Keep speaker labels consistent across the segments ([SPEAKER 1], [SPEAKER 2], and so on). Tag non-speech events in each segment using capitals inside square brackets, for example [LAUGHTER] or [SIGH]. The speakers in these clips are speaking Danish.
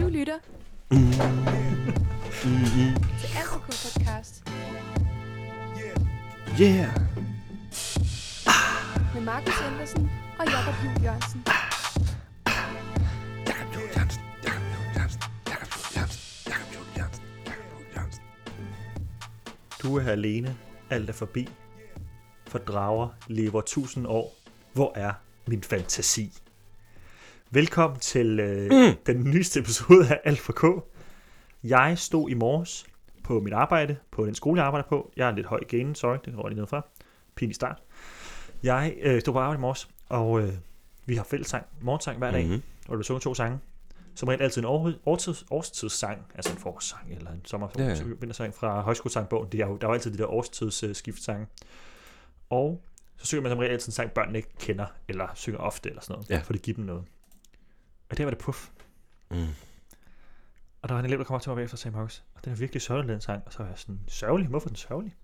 [SPEAKER 1] lytter til Antiko Podcast
[SPEAKER 2] Yeah.
[SPEAKER 1] med Markus Andersen og Jakob Juhl Jørgensen.
[SPEAKER 2] Jakob Juhl Jørgensen. Jakob Juhl Jørgensen. Jakob Juhl Jørgensen. Jakob Juhl Jørgensen. Jakob Juhl Jørgensen.
[SPEAKER 3] Du er alene, alt er forbi. For drager lever tusind år. Hvor er min fantasi? Velkommen til øh, mm. den nyeste episode af Alt for K. Jeg stod i morges på mit arbejde, på den skole, jeg arbejder på. Jeg er lidt høj igen, sorry, det går jeg lige ned fra. Pinlig start. Jeg øh, stod på arbejde i morges, og øh, vi har fællessang, morgensang hver dag,
[SPEAKER 2] Mhm.
[SPEAKER 3] mm-hmm. og du synger to sange. Som regel altid en år, årtids, årstidssang, altså en forårssang eller en sommersang,
[SPEAKER 2] Ja, ja.
[SPEAKER 3] ja, ja. vintersang fra højskolesangbogen. Det er jo, der er jo altid de der årstidsskiftsange. Og så synger man som regel altid en sang, børnene ikke kender, eller synger ofte, eller sådan noget,
[SPEAKER 2] Ja.
[SPEAKER 3] ja. for det giver dem noget. Og der var det puff.
[SPEAKER 2] Mm.
[SPEAKER 3] Og der var en elev, der kom op til mig bagefter og sagde, Markus, og den er virkelig sørgelig, den sang. Og så var jeg sådan, sørgelig? Hvorfor er den sørgelig?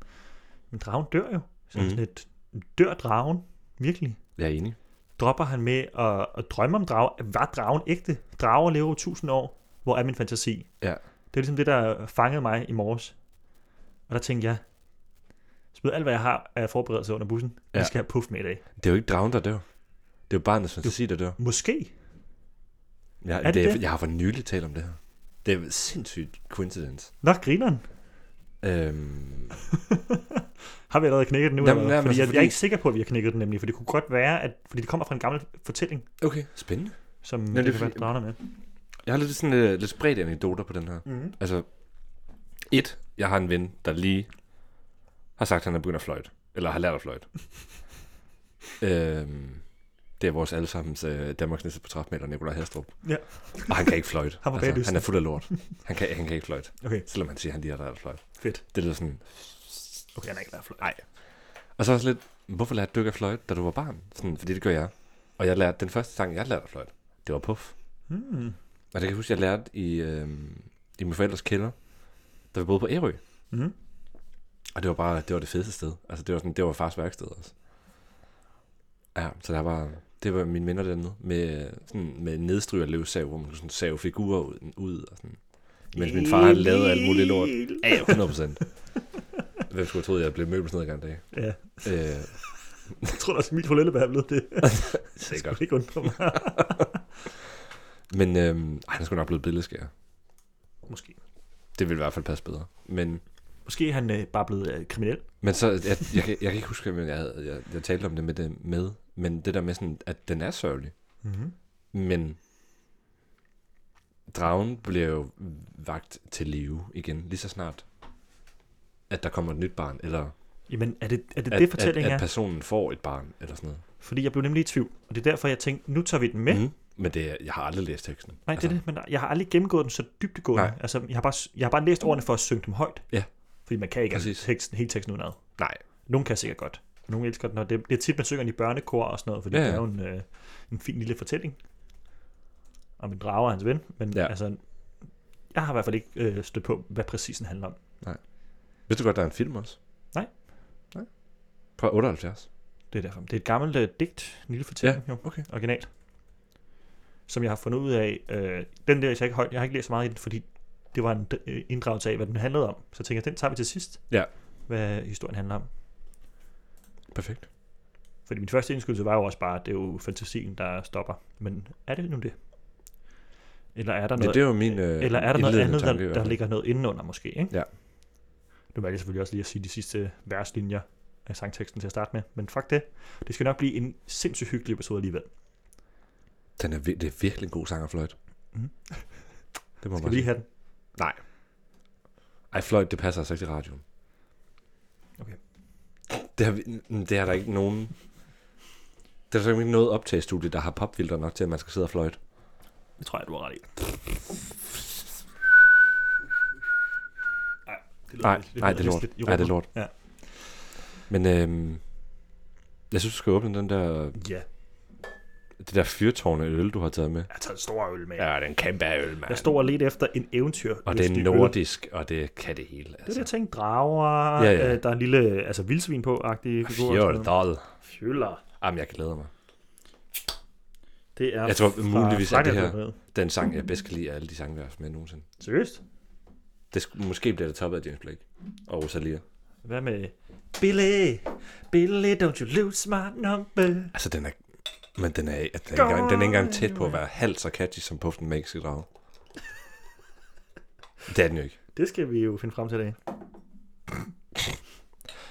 [SPEAKER 3] Men dragen dør jo. Så
[SPEAKER 2] Mhm.
[SPEAKER 3] mm. sådan lidt, dør dragen? Virkelig?
[SPEAKER 2] Jeg er enig.
[SPEAKER 3] Dropper han med at, at drømme om dragen? Var dragen ægte? Drager lever jo tusind år. Hvor er min fantasi?
[SPEAKER 2] Ja.
[SPEAKER 3] Det var ligesom det, der fangede mig i morges. Og der tænkte jeg, smid alt, hvad jeg har af forberedelse under bussen. Ja.
[SPEAKER 2] Ja.
[SPEAKER 3] Vi skal have puff med i dag.
[SPEAKER 2] Det er jo ikke dragen, der dør. Det er jo barnets fantasi, der dør.
[SPEAKER 3] Måske.
[SPEAKER 2] Jeg,
[SPEAKER 3] det
[SPEAKER 2] det,
[SPEAKER 3] det?
[SPEAKER 2] jeg har for nylig talt om det her. Det er sindssygt coincidence.
[SPEAKER 3] Nå, grineren.
[SPEAKER 2] Øhm,
[SPEAKER 3] Har vi allerede knækket den nu?
[SPEAKER 2] Jamen,
[SPEAKER 3] eller hvad?
[SPEAKER 2] jamen,
[SPEAKER 3] fordi,
[SPEAKER 2] altså,
[SPEAKER 3] jeg,
[SPEAKER 2] fordi-
[SPEAKER 3] jeg, er ikke sikker på, at vi har knækket den nemlig, for det kunne godt være, at fordi det kommer fra en gammel fortælling,
[SPEAKER 2] okay, spændende.
[SPEAKER 3] som
[SPEAKER 2] det er
[SPEAKER 3] Nå, det kan være,
[SPEAKER 2] fordi-
[SPEAKER 3] den drager med.
[SPEAKER 2] Jeg har lidt sådan øh, lidt spredt anekdoter på den her.
[SPEAKER 3] Mhm.
[SPEAKER 2] Altså, et, jeg har en ven, der lige har sagt, at han er begyndt at fløjte. Eller har lært
[SPEAKER 3] [LAUGHS]
[SPEAKER 2] at fløjte. øhm, det er vores allesammens øh, Danmarks næste portrætmaler, Nikolaj Hastrup.
[SPEAKER 3] Ja.
[SPEAKER 2] Og han kan ikke fløjte.
[SPEAKER 3] [LAUGHS]
[SPEAKER 2] Altså,
[SPEAKER 3] Han var baglysten.
[SPEAKER 2] han er fuld af lort. Han kan, han kan ikke fløjte.
[SPEAKER 3] Okay,
[SPEAKER 2] Selvom han siger, at han lige har lært at fløjte.
[SPEAKER 3] fedt.
[SPEAKER 2] Det lyder sådan...
[SPEAKER 3] Okay, han er ikke der flot.
[SPEAKER 2] Nej. Og så også lidt, hvorfor lærte du ikke at fløjte, da du var barn? Sådan, fordi det gør jeg. Og jeg lærte, den første sang, jeg lærte at fløjte, det var Puff.
[SPEAKER 3] Hmm.
[SPEAKER 2] Og det kan jeg huske, jeg lærte i, øh, i min forældres kælder, da vi boede på Ærø.
[SPEAKER 3] Mhm.
[SPEAKER 2] Og det var bare, det var det fedeste sted. Altså, det var, sådan, det var fars værksted også. Ja, så der var, det var mine minder dernede, med, øh, sådan, med nedstryg og løvsav, hvor man kunne sådan save figurer ud, ud og sådan. Mens min far han lavede alt muligt lort. Ja, ja, 100 procent. Hvem skulle have troet, at jeg blev møbelsnedgang en dag?
[SPEAKER 3] Ja,
[SPEAKER 2] Øh,
[SPEAKER 3] jeg tror da også, Emil fra Lillebær er blevet det. Det
[SPEAKER 2] sikkert.
[SPEAKER 3] skulle ikke undre mig.
[SPEAKER 2] Men øhm, ej, han skulle nok blive billedskærer.
[SPEAKER 3] [LAUGHS] Måske.
[SPEAKER 2] Det ville i hvert fald passe bedre. Men,
[SPEAKER 3] Måske er han øh, bare blevet øh, kriminel.
[SPEAKER 2] men så, jeg, jeg, kan- jeg kan ikke huske, hvem jeg, havde, jeg, jeg talte om det med, det med, men det der med sådan, at den er sørgelig. Mhm.
[SPEAKER 3] Mm-hmm.
[SPEAKER 2] Men dragen bliver jo vagt til live igen, lige så snart, at der kommer et nyt barn, eller
[SPEAKER 3] Jamen, er det er det,
[SPEAKER 2] at,
[SPEAKER 3] det fortællingen
[SPEAKER 2] at, at
[SPEAKER 3] er?
[SPEAKER 2] personen får et barn, eller sådan noget.
[SPEAKER 3] Fordi jeg blev nemlig i tvivl, og det er derfor, jeg tænkte, nu tager vi den med. Mm.
[SPEAKER 2] Mm. Men det, er- jeg har aldrig læst teksten. Altså,
[SPEAKER 3] Nej, det er det, men jeg har aldrig gennemgået den så dybtegående.
[SPEAKER 2] Nej.
[SPEAKER 3] Altså, jeg har, bare, jeg har bare læst ordene for at synge dem højt.
[SPEAKER 2] Ja.
[SPEAKER 3] Fordi man kan ikke altså
[SPEAKER 2] Præcis.
[SPEAKER 3] teksten, hele teksten udenad.
[SPEAKER 2] Nej,
[SPEAKER 3] Nogen kan sikkert godt. Nogle elsker den, og det, det er tit, man synger den i børnekor og sådan noget, fordi
[SPEAKER 2] Ja,
[SPEAKER 3] ja,
[SPEAKER 2] ja.
[SPEAKER 3] ja. det er jo en, øh, en fin lille fortælling om en drage og hans ven. Men
[SPEAKER 2] Ja.
[SPEAKER 3] ja. altså, jeg har i hvert fald ikke øh, stødt på, hvad præcis den handler om.
[SPEAKER 2] Vidste du godt, der er en film også?
[SPEAKER 3] Nej.
[SPEAKER 2] Nej. Fra 78.
[SPEAKER 3] Det er derfor. Det er et gammelt øh, digt, en lille fortælling, ja. jo,
[SPEAKER 2] okay.
[SPEAKER 3] original. Som jeg har fundet ud af. Øh, den der, jeg ikke højt, jeg har ikke læst så meget i den, fordi det var en øh, inddragelse af, hvad den handlede om. Så jeg tænker, den tager vi til sidst,
[SPEAKER 2] Ja.
[SPEAKER 3] hvad historien handler om.
[SPEAKER 2] Perfekt.
[SPEAKER 3] Fordi min første indskydelse var jo også bare, at det er jo fantasien, der stopper. Men er det nu det? Eller er der
[SPEAKER 2] Ja,
[SPEAKER 3] noget,
[SPEAKER 2] det er jo min øh,
[SPEAKER 3] eller er der noget
[SPEAKER 2] indledende
[SPEAKER 3] andet,
[SPEAKER 2] tanke i
[SPEAKER 3] der,
[SPEAKER 2] hvert
[SPEAKER 3] der
[SPEAKER 2] fald.
[SPEAKER 3] ligger noget indenunder måske? Ikke?
[SPEAKER 2] Ja.
[SPEAKER 3] Nu valgte jeg selvfølgelig også lige at sige de sidste verslinjer af sangteksten til at starte med. Men fuck det. Det skal nok blive en sindssygt hyggelig episode alligevel.
[SPEAKER 2] Den er, vir- det er virkelig en god sang af Floyd.
[SPEAKER 3] Mhm.
[SPEAKER 2] [LAUGHS]
[SPEAKER 3] Skal
[SPEAKER 2] Det må man bare
[SPEAKER 3] vi lige
[SPEAKER 2] sige.
[SPEAKER 3] have den?
[SPEAKER 2] Nej. Ej, Floyd, det passer altså ikke til radioen.
[SPEAKER 3] Okay.
[SPEAKER 2] Det har, vi- mm, det har der ikke nogen... Der er simpelthen ikke noget optagestudie, der har popfilter nok til, at man skal sidde og fløjte.
[SPEAKER 3] Det tror jeg, du har ret i. Nej, det lyder
[SPEAKER 2] Nej,
[SPEAKER 3] lidt-
[SPEAKER 2] nej, det er
[SPEAKER 3] lyder
[SPEAKER 2] lort.
[SPEAKER 3] lidt- lidt i
[SPEAKER 2] Nej, det er
[SPEAKER 3] rummet.
[SPEAKER 2] lort.
[SPEAKER 3] Ja.
[SPEAKER 2] Men øhm, jeg synes, du skal åbne den der,
[SPEAKER 3] Ja,
[SPEAKER 2] det der fyrtårn af øl, du har taget med.
[SPEAKER 3] jeg har taget en stor øl med. Ja.
[SPEAKER 2] Ja, det er en kæmpe øl, mand.
[SPEAKER 3] Jeg står og ledte efter en eventyr.
[SPEAKER 2] Og det er
[SPEAKER 3] nordisk.
[SPEAKER 2] nordisk, og det kan det hele.
[SPEAKER 3] Det er det,
[SPEAKER 2] Altså.
[SPEAKER 3] jeg tænkte. Drager,
[SPEAKER 2] Ja,
[SPEAKER 3] ja,
[SPEAKER 2] ja.
[SPEAKER 3] ja. Øh, der er en lille altså, vildsvin på-agtige figurer. og sådan noget.
[SPEAKER 2] Fjordal.
[SPEAKER 3] Fjoller.
[SPEAKER 2] Jamen, jeg glæder mig.
[SPEAKER 3] Det er
[SPEAKER 2] Jeg tror muligvis, at det her-
[SPEAKER 3] Frankrig-bryggeriet.
[SPEAKER 2] den sang,
[SPEAKER 3] Mhm.
[SPEAKER 2] jeg bedst kan lide af alle de sange, vi har haft med nogensinde.
[SPEAKER 3] Seriøst?
[SPEAKER 2] Det, sk- måske bliver det toppet af James Blake og Rosalia.
[SPEAKER 3] Hvad med Billy? Billy, don't you lose my number.
[SPEAKER 2] Altså, den er... Men den er, den er, ikke, engang, den er ikke engang tæt på at være halvt så catchy, som Puff den Magiske Drage. [LAUGHS] Det er den jo ikke.
[SPEAKER 3] Det skal vi jo finde frem til i dag.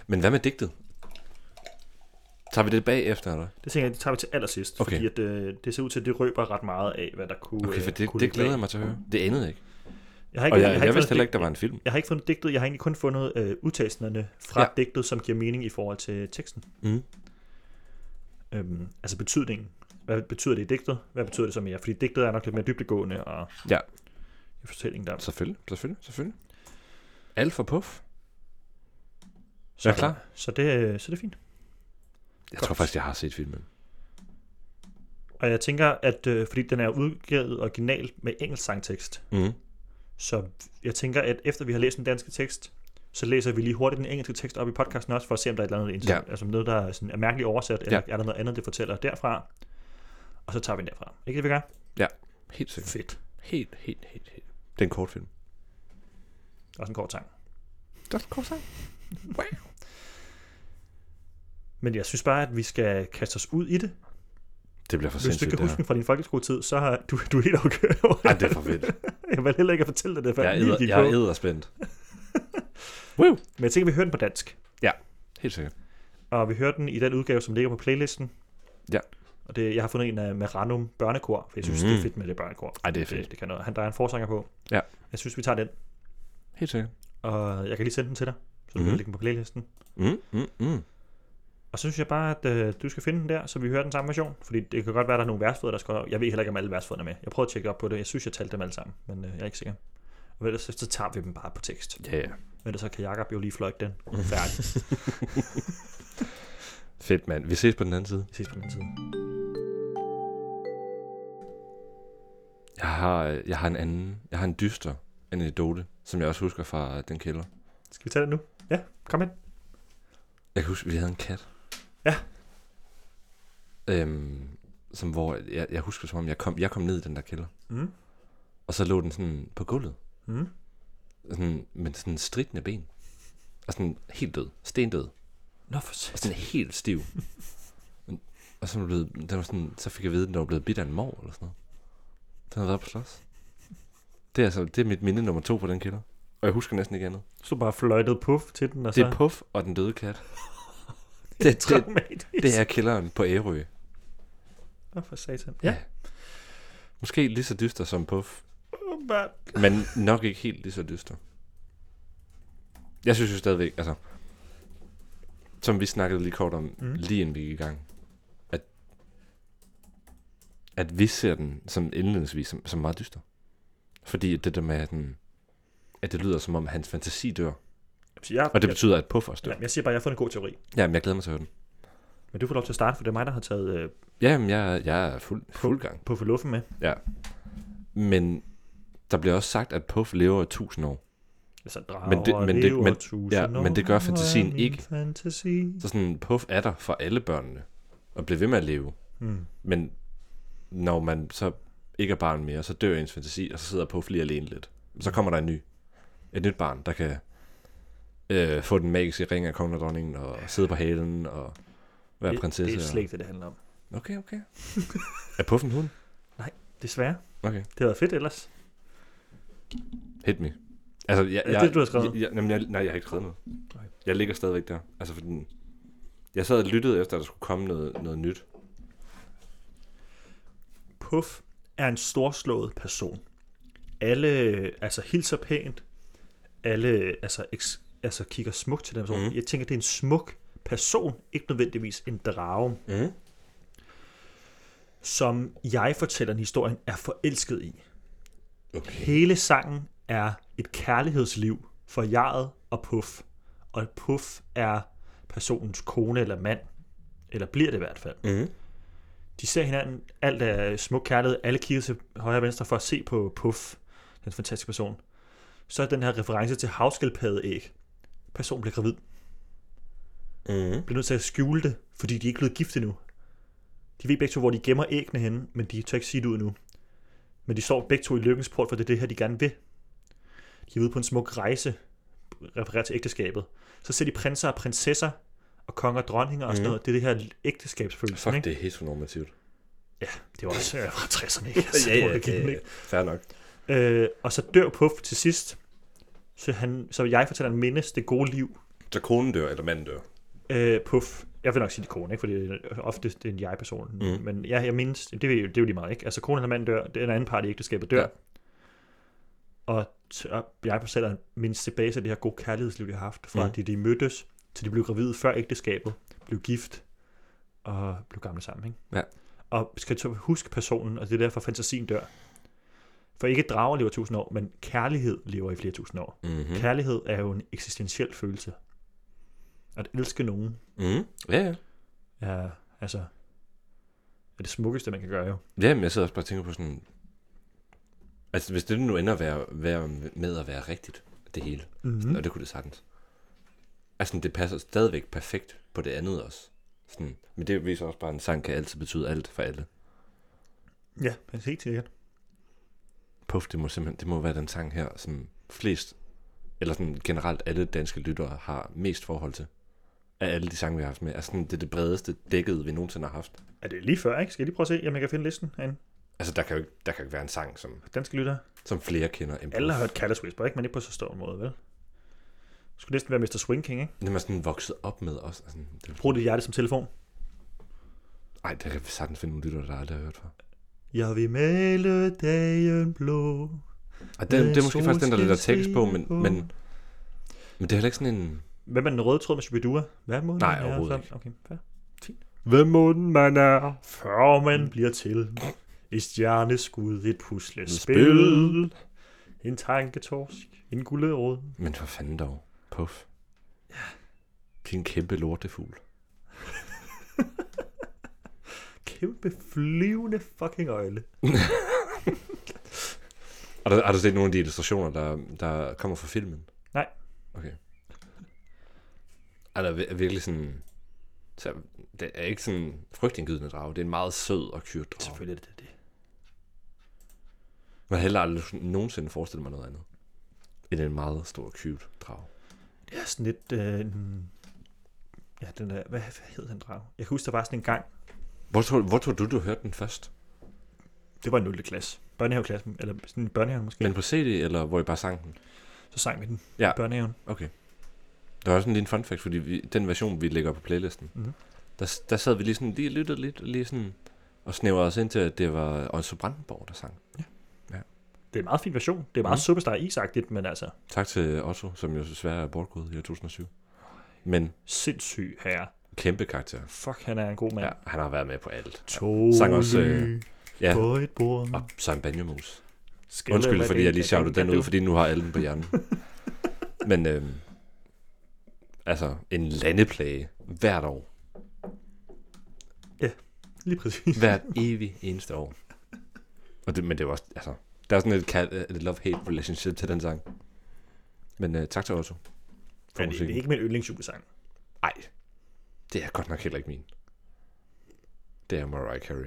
[SPEAKER 2] Men hvad med digtet? Tager vi det bagefter, eller?
[SPEAKER 3] Det tænker jeg, det tager vi til allersidst,
[SPEAKER 2] Okay.
[SPEAKER 3] okay. fordi at, øh, det ser ud til, at det røber ret meget af, hvad der kunne øh,
[SPEAKER 2] Okay, for det,
[SPEAKER 3] kunne
[SPEAKER 2] det
[SPEAKER 3] ligge
[SPEAKER 2] glæder
[SPEAKER 3] bag.
[SPEAKER 2] jeg mig til at høre. Det anede jeg ikke.
[SPEAKER 3] Jeg har ikke,
[SPEAKER 2] Og jeg,
[SPEAKER 3] har
[SPEAKER 2] jeg
[SPEAKER 3] fundet
[SPEAKER 2] vidste
[SPEAKER 3] dig-
[SPEAKER 2] heller ikke, der var en film.
[SPEAKER 3] Jeg har ikke fundet digtet, jeg har egentlig kun fundet øh, udtalelserne fra
[SPEAKER 2] Ja.
[SPEAKER 3] ja. digtet, som giver mening i forhold til teksten.
[SPEAKER 2] Mm.
[SPEAKER 3] Øhm, altså betydningen. Hvad betyder det i digtet? Hvad betyder det så mere? Fordi digtet er nok lidt mere dybdegående, og
[SPEAKER 2] Ja.
[SPEAKER 3] i fortællingen der.
[SPEAKER 2] Selvfølgelig, selvfølgelig, selvfølgelig. Alt for puff.
[SPEAKER 3] Så,
[SPEAKER 2] Er du klar?
[SPEAKER 3] Så det, øh, så det er fint.
[SPEAKER 2] Jeg
[SPEAKER 3] Godt.
[SPEAKER 2] tror faktisk, jeg har set filmen.
[SPEAKER 3] Og jeg tænker, at øh, fordi den er udgivet originalt med engelsk sangtekst,
[SPEAKER 2] Mm.
[SPEAKER 3] så jeg tænker, at efter vi har læst den danske tekst, så læser vi lige hurtigt den engelske tekst op i podcasten også, for at se, om der er et eller andet, inter-
[SPEAKER 2] Ja.
[SPEAKER 3] altså noget, der er, sådan, er mærkeligt oversat, eller
[SPEAKER 2] Ja.
[SPEAKER 3] ja. er der noget andet, det fortæller derfra. Og så tager vi den derfra. Ikke det, vi gør?
[SPEAKER 2] Helt sikkert.
[SPEAKER 3] Fedt.
[SPEAKER 2] Helt, helt, helt, helt. Det er en kort film.
[SPEAKER 3] Også en kort sang.
[SPEAKER 2] Det er en kort sang.
[SPEAKER 3] Men jeg synes bare, at vi skal kaste os ud i det.
[SPEAKER 2] Det bliver for
[SPEAKER 3] Hvis du
[SPEAKER 2] sindssygt,
[SPEAKER 3] kan
[SPEAKER 2] det
[SPEAKER 3] huske
[SPEAKER 2] her.
[SPEAKER 3] den fra din folkeskoletid, så har du, du er helt afgørt over
[SPEAKER 2] Ej, det er for [LAUGHS] vildt.
[SPEAKER 3] Jeg vil heller ikke at fortælle dig det, før
[SPEAKER 2] Jeg
[SPEAKER 3] jeg,
[SPEAKER 2] er,
[SPEAKER 3] lige
[SPEAKER 2] edder,
[SPEAKER 3] gik
[SPEAKER 2] jeg
[SPEAKER 3] på.
[SPEAKER 2] er edderspændt. Woo!
[SPEAKER 3] Men jeg tænker, at vi hører den på dansk.
[SPEAKER 2] Helt sikkert.
[SPEAKER 3] Og vi hører den i den udgave, som ligger på playlisten.
[SPEAKER 2] Ja.
[SPEAKER 3] Og det, jeg har fundet en af Maranum Børnekor, for jeg synes, mm. det er
[SPEAKER 2] Mm.
[SPEAKER 3] fedt med det børnekor.
[SPEAKER 2] Ej, det er
[SPEAKER 3] Øh, Det,
[SPEAKER 2] fedt.
[SPEAKER 3] det kan noget. Han, der er en forsanger på.
[SPEAKER 2] Ja.
[SPEAKER 3] Jeg synes, vi tager den.
[SPEAKER 2] Helt sikkert.
[SPEAKER 3] Og jeg kan lige sende den til dig, så du
[SPEAKER 2] Mhm.
[SPEAKER 3] kan lægge den på playlisten.
[SPEAKER 2] Mm, mm, mm.
[SPEAKER 3] Og så synes jeg bare, at øh, du skal finde den der, så vi hører den samme version. Fordi det kan godt være, at der er nogle versfødder, der skal... Jeg ved heller ikke, om alle versfødderne er med. Jeg prøvede at tjekke op på det. Jeg synes, jeg talte dem alle sammen, men øh, jeg er ikke sikker. Og ellers så, så tager vi dem bare på tekst.
[SPEAKER 2] Ja, Mhm. ja.
[SPEAKER 3] Men ellers så kan Jacob jo lige fløjte den. Færdig.
[SPEAKER 2] Fedt, mand. Vi ses på den anden side.
[SPEAKER 3] Vi ses på den anden side.
[SPEAKER 2] Jeg har, øh, jeg har en anden, jeg har en dyster anekdote, som jeg også husker fra øh, den kælder.
[SPEAKER 3] Skal vi tage den nu? Ja, kom ind.
[SPEAKER 2] Jeg kan huske, vi havde en kat.
[SPEAKER 3] Ja.
[SPEAKER 2] Øhm, som hvor, jeg, jeg husker som om, jeg kom, jeg kom ned i den der kælder.
[SPEAKER 3] Mm.
[SPEAKER 2] Og så lå den sådan på gulvet.
[SPEAKER 3] Mm.
[SPEAKER 2] Sådan, men sådan stridende ben. Og sådan helt død. Stendød.
[SPEAKER 3] Nå, for
[SPEAKER 2] Og
[SPEAKER 3] satan.
[SPEAKER 2] sådan helt stiv. Men- og så, blev, den var sådan, så fik jeg at vide, at den var blevet bidt af en mor eller sådan noget. Den havde været på slås. Det er, altså, det er mit minde nummer to på den kælder. Og jeg husker næsten ikke andet.
[SPEAKER 3] Så bare fløjtet puff til den, og
[SPEAKER 2] Det
[SPEAKER 3] så...
[SPEAKER 2] er Puff og den døde kat. Det, det,
[SPEAKER 3] [LAUGHS] Dramatisk.
[SPEAKER 2] det er kælderen på Ærø.
[SPEAKER 3] Nå, for satan. Ja,
[SPEAKER 2] Måske lige så dyster som Puff,
[SPEAKER 3] åbenbart.
[SPEAKER 2] men nok ikke helt lige så dyster. Jeg synes jo stadigvæk, altså, som vi snakkede lige kort om, mm.
[SPEAKER 3] Mm.
[SPEAKER 2] lige inden vi gik i gang, at, at vi ser den som indledningsvis som, som meget dyster. Fordi det der med, at, den, at det lyder som om, hans fantasi dør.
[SPEAKER 3] Jamen, Jeg,
[SPEAKER 2] Og det betyder, at Puff også dør.
[SPEAKER 3] jeg, jamen, jeg siger bare, at jeg har fundet en god teori.
[SPEAKER 2] Ja, men jeg glæder mig til at høre den.
[SPEAKER 3] Men du får lov til at starte, for det er mig, der har taget øh,
[SPEAKER 2] Jamen, jeg, jeg er fuld, fuld gang.
[SPEAKER 3] på forluffen med.
[SPEAKER 2] Men der bliver også sagt, at Puff lever i 1000 år.
[SPEAKER 3] Altså, drager
[SPEAKER 2] Men det- men det-
[SPEAKER 3] lever
[SPEAKER 2] men-
[SPEAKER 3] tusind
[SPEAKER 2] ja, men det gør
[SPEAKER 3] år,
[SPEAKER 2] fantasien
[SPEAKER 3] er min
[SPEAKER 2] ikke.
[SPEAKER 3] Fantasi.
[SPEAKER 2] Så sådan, Puff er der for alle børnene, og bliver ved med at leve.
[SPEAKER 3] Mm.
[SPEAKER 2] Men når man så ikke er barn mere, så dør ens fantasi, og så sidder Puff lige alene lidt.
[SPEAKER 3] Mm.
[SPEAKER 2] Så kommer der en ny. Et nyt barn, der kan øh, få den magiske ring af kongen og dronningen, og sidde på halen, og være
[SPEAKER 3] Det-
[SPEAKER 2] prinsesse.
[SPEAKER 3] Det er slet ikke det, det handler om.
[SPEAKER 2] Og... Okay,
[SPEAKER 3] [LAUGHS]
[SPEAKER 2] okay. er Puff en hund?
[SPEAKER 3] Desværre.
[SPEAKER 2] Okay,
[SPEAKER 3] Det har været fedt ellers.
[SPEAKER 2] hit me. Altså, jeg,
[SPEAKER 3] Er det
[SPEAKER 2] jeg,
[SPEAKER 3] det, du har skrevet?
[SPEAKER 2] Jeg, jeg, jamen, jeg, nej, jeg har ikke skrevet noget.
[SPEAKER 3] Nej.
[SPEAKER 2] Jeg ligger stadigvæk der. Altså, fordi den- jeg sad og lyttede efter, at der skulle komme noget, noget nyt.
[SPEAKER 3] Puff er en storslået person. Alle øh, altså hilser pænt. Alle øh, altså, eks, altså kigger smukt til den person.
[SPEAKER 2] Mhm.
[SPEAKER 3] Mm. Jeg tænker, det er en smuk person, ikke nødvendigvis en drage,
[SPEAKER 2] Mm.
[SPEAKER 3] som jeg fortæller en historien er forelsket i.
[SPEAKER 2] Okay.
[SPEAKER 3] Hele sangen er et kærlighedsliv for jeget og Puff. Og Puff er personens kone eller mand. Eller bliver det i hvert fald.
[SPEAKER 2] Mm.
[SPEAKER 3] De ser hinanden, alt er smuk kærlighed, alle kigger til højre og venstre for at se på Puff, den fantastiske person. Så er den her reference til havskildpaddeæg. Personen bliver gravid,
[SPEAKER 2] Mm.
[SPEAKER 3] bliver nødt til at skjule det, fordi de er ikke blevet gift endnu. De ved begge to, hvor de gemmer æggene henne, men de tør ikke sige det ud endnu. Men de står begge to i lykkens port, for det er det her, de gerne vil. De er ude på en smuk rejse, refererer til ægteskabet. Så ser de prinser og prinsesser, og konger og dronninger og sådan
[SPEAKER 2] Mhm.
[SPEAKER 3] noget. Det er det her ægteskabsfølelse,
[SPEAKER 2] Fuck,
[SPEAKER 3] ikke?
[SPEAKER 2] det er heteronormativt.
[SPEAKER 3] Det er jo også øh, fra 60'erne,
[SPEAKER 2] [LAUGHS]
[SPEAKER 3] ikke? Altså, prøv at give den, ikke?
[SPEAKER 2] Fair nok.
[SPEAKER 3] Øh, og så dør Puff til sidst. Så, han, så jeg fortæller, at han mindes det gode liv.
[SPEAKER 2] Så konen dør, eller manden dør.
[SPEAKER 3] Øh, Puff, jeg vil nok sige det er kone, ikke? Fordi det er ofte det er en jeg-person.
[SPEAKER 2] Mm.
[SPEAKER 3] Mm. Men ja, jeg mindes, det, er jo- det er jo lige meget, ikke? Altså, kone eller mand dør, den anden part i ægteskabet dør.
[SPEAKER 2] Ja.
[SPEAKER 3] Ja. Og, t- og jeg fortæller, at mindes tilbage til det her gode kærlighedsliv, de har haft. Fra
[SPEAKER 2] Mm.
[SPEAKER 3] mm. de, de mødtes, til de blev gravide før ægteskabet, blev gift og blev gamle sammen, ikke?
[SPEAKER 2] Ja.
[SPEAKER 3] Og skal så huske personen, og det er derfor fantasien dør. For ikke drager lever tusind år, men kærlighed lever i flere tusind år.
[SPEAKER 2] Mm-hmm.
[SPEAKER 3] Mm. Kærlighed er jo en eksistentiel følelse. At elske nogen
[SPEAKER 2] Mm-hmm. Ja, ja.
[SPEAKER 3] er, altså, er det smukkeste, man kan gøre jo.
[SPEAKER 2] Jamen, jeg sidder også bare og tænker på sådan... Altså, hvis det nu ender at være, være med at være rigtigt, det hele,
[SPEAKER 3] Mm-hmm.
[SPEAKER 2] mm. og det kunne det sagtens. Altså, det passer stadigvæk perfekt på det andet også. Sådan. Men det viser også bare, at en sang kan altid betyde alt for alle.
[SPEAKER 3] Ja, men helt sikkert.
[SPEAKER 2] Puff, det må simpelthen, det må være den sang her, som flest, eller sådan generelt alle danske lyttere har mest forhold til. Af alle de sange, vi har haft med. Altså, sådan, det er det bredeste dækket, vi nogensinde har haft.
[SPEAKER 3] Er det lige før, ikke? Skal jeg lige prøve at se, om jeg kan finde listen af en
[SPEAKER 2] Altså, der kan jo ikke, der kan jo ikke være en sang, som,
[SPEAKER 3] dansk lytter?
[SPEAKER 2] som flere kender end
[SPEAKER 3] Alle har
[SPEAKER 2] Puff.
[SPEAKER 3] hørt Callous Whisper, ikke? Men ikke på så stor en måde, vel? Det skulle næsten være Mr. Swing King, ikke?
[SPEAKER 2] Den er sådan vokset op med os. Altså, det er
[SPEAKER 3] Brug dit hjerte som telefon.
[SPEAKER 2] Ej, der kan vi sagtens finde nogle lyttere, der aldrig har hørt fra.
[SPEAKER 3] Jeg vil male dagen blå.
[SPEAKER 2] Ej, det, det er måske faktisk den, der er lidt af
[SPEAKER 3] solskin
[SPEAKER 2] tekst på, men,
[SPEAKER 3] på.
[SPEAKER 2] men, men det er heller ikke sådan en...
[SPEAKER 3] Hvem er den røde tråd med Shubidua? Hvad må den
[SPEAKER 2] Nej,
[SPEAKER 3] være
[SPEAKER 2] overhovedet
[SPEAKER 3] for?
[SPEAKER 2] ikke.
[SPEAKER 3] Okay, fair. Fint. Hvad må den man er, Mm. før man bliver til? Et stjerneskud, et puslespil,
[SPEAKER 2] Spil.
[SPEAKER 3] en tanketorsk, en gulerod.
[SPEAKER 2] Men for fanden dog. Puff. Ja. Det er en kæmpe lortefugl.
[SPEAKER 3] Kæmpe flyvende fucking øjle.
[SPEAKER 2] Har du, har du set nogle af de illustrationer, der, der kommer fra filmen?
[SPEAKER 3] Nej.
[SPEAKER 2] Okay. Er der vir- virkelig sådan... Så det er ikke sådan en frygtindgydende drage. Det er en meget sød og kyrt drage.
[SPEAKER 3] Selvfølgelig er det det.
[SPEAKER 2] Man har heller aldrig nogensinde forestillet mig noget andet. End en meget stor, cute drage.
[SPEAKER 3] Det er sådan lidt... Øh, en- ja, den der... Hvad, hvad hed den drag? Jeg kan huske, der var sådan en gang.
[SPEAKER 2] Hvor tror, hvor tror du, du hørte den først?
[SPEAKER 3] Det var en 0. klasse. Børnehaveklassen. Eller sådan en børnehave måske.
[SPEAKER 2] Men på CD, eller hvor I bare sang den?
[SPEAKER 3] Så sang vi den.
[SPEAKER 2] Ja.
[SPEAKER 3] i Børnehaven.
[SPEAKER 2] Okay. Der var sådan lige en fun fact, fordi vi, den version, vi lægger på playlisten, mm-hmm.
[SPEAKER 3] Mhm.
[SPEAKER 2] der, der sad vi lige sådan, lige og lyttede lidt, lige sådan, og snævrede os ind til, at det var Onso Brandenborg, der sang.
[SPEAKER 3] Det er en meget fin version. Det er meget
[SPEAKER 2] Mhm.
[SPEAKER 3] mm. Superstar Isaac-agtigt, men altså...
[SPEAKER 2] Tak til Otto, som jo desværre er bortgået i år 2007. Men
[SPEAKER 3] sindssyg herre.
[SPEAKER 2] kæmpe karakter.
[SPEAKER 3] Fuck, han er en god mand.
[SPEAKER 2] Ja,
[SPEAKER 3] Ja.
[SPEAKER 2] han har været med på alt.
[SPEAKER 3] To
[SPEAKER 2] Sang også, øh,
[SPEAKER 3] lys
[SPEAKER 2] ja.
[SPEAKER 3] på et bord.
[SPEAKER 2] Og Søren Banjemus.
[SPEAKER 3] Skælder,
[SPEAKER 2] Undskyld,
[SPEAKER 3] hvad
[SPEAKER 2] fordi
[SPEAKER 3] det
[SPEAKER 2] jeg lige
[SPEAKER 3] er,
[SPEAKER 2] shoutede
[SPEAKER 3] kan
[SPEAKER 2] den
[SPEAKER 3] du?
[SPEAKER 2] ud, fordi nu har alle den på
[SPEAKER 3] [LAUGHS]
[SPEAKER 2] hjernen. Men øhm, altså, en landeplage hvert år.
[SPEAKER 3] Lige præcis.
[SPEAKER 2] Hvert evig eneste år. Og det, men det er jo også, altså, der er sådan et, kald- øh, et love-hate relationship til den sang. Men øh, tak til Otto. for
[SPEAKER 3] Men det, det er
[SPEAKER 2] musikken.
[SPEAKER 3] ikke min yndlingsjulesang.
[SPEAKER 2] Ej, det er godt nok heller ikke min. Det er Mariah Carey.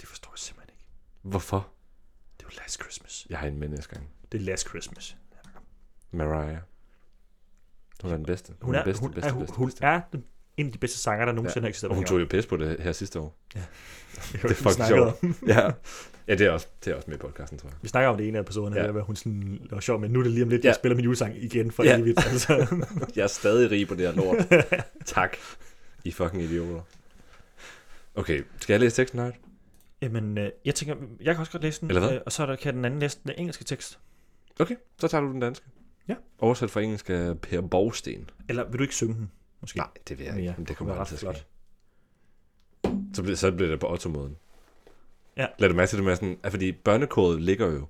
[SPEAKER 3] Det forstår jeg simpelthen ikke.
[SPEAKER 2] Hvorfor?
[SPEAKER 3] Det er jo Last Christmas.
[SPEAKER 2] Jeg har en med næste gang.
[SPEAKER 3] Det er Last Christmas.
[SPEAKER 2] Mariah. Hun er den bedste.
[SPEAKER 3] Hun
[SPEAKER 2] den
[SPEAKER 3] er,
[SPEAKER 2] bedste,
[SPEAKER 3] hun,
[SPEAKER 2] bedste,
[SPEAKER 3] er, hun,
[SPEAKER 2] bedste,
[SPEAKER 3] hun
[SPEAKER 2] bedste.
[SPEAKER 3] er den, en af de bedste sanger, der nogensinde har
[SPEAKER 2] Og
[SPEAKER 3] eksisteret.
[SPEAKER 2] hun tog jo pis på det her sidste år.
[SPEAKER 3] det
[SPEAKER 2] er fucking sjovt. ja. ja, det er, også, det er også med i podcasten, tror jeg.
[SPEAKER 3] Vi snakker om det i en af episoderne,
[SPEAKER 2] Ja.
[SPEAKER 3] ja. hvad hun sådan, det var sjov, men nu er det lige om lidt,
[SPEAKER 2] Ja.
[SPEAKER 3] jeg spiller min julesang igen for
[SPEAKER 2] Ja.
[SPEAKER 3] ja. evigt. Altså.
[SPEAKER 2] Jeg er stadig rig på det her lort. [LAUGHS] tak. I fucking idioter. Okay, skal jeg læse teksten højt?
[SPEAKER 3] [LAUGHS] Jamen, øh, jeg tænker, jeg kan også godt læse den,
[SPEAKER 2] Eller hvad?
[SPEAKER 3] øh, og så er der, kan den anden læse den engelske tekst.
[SPEAKER 2] Okay, så tager du den danske.
[SPEAKER 3] Ja.
[SPEAKER 2] Oversat fra engelsk af Per Borgsten.
[SPEAKER 3] Eller vil du ikke synge den? Måske.
[SPEAKER 2] Nej, det vil jeg ikke.
[SPEAKER 3] Ja,
[SPEAKER 2] men det
[SPEAKER 3] det
[SPEAKER 2] kommer
[SPEAKER 3] kunne være
[SPEAKER 2] aldrig til
[SPEAKER 3] ret
[SPEAKER 2] at ske. Så bliver, så bliver det på Otto-måden.
[SPEAKER 3] Ja.
[SPEAKER 2] Lad det mærke til det med sådan, at fordi børnekoret ligger jo,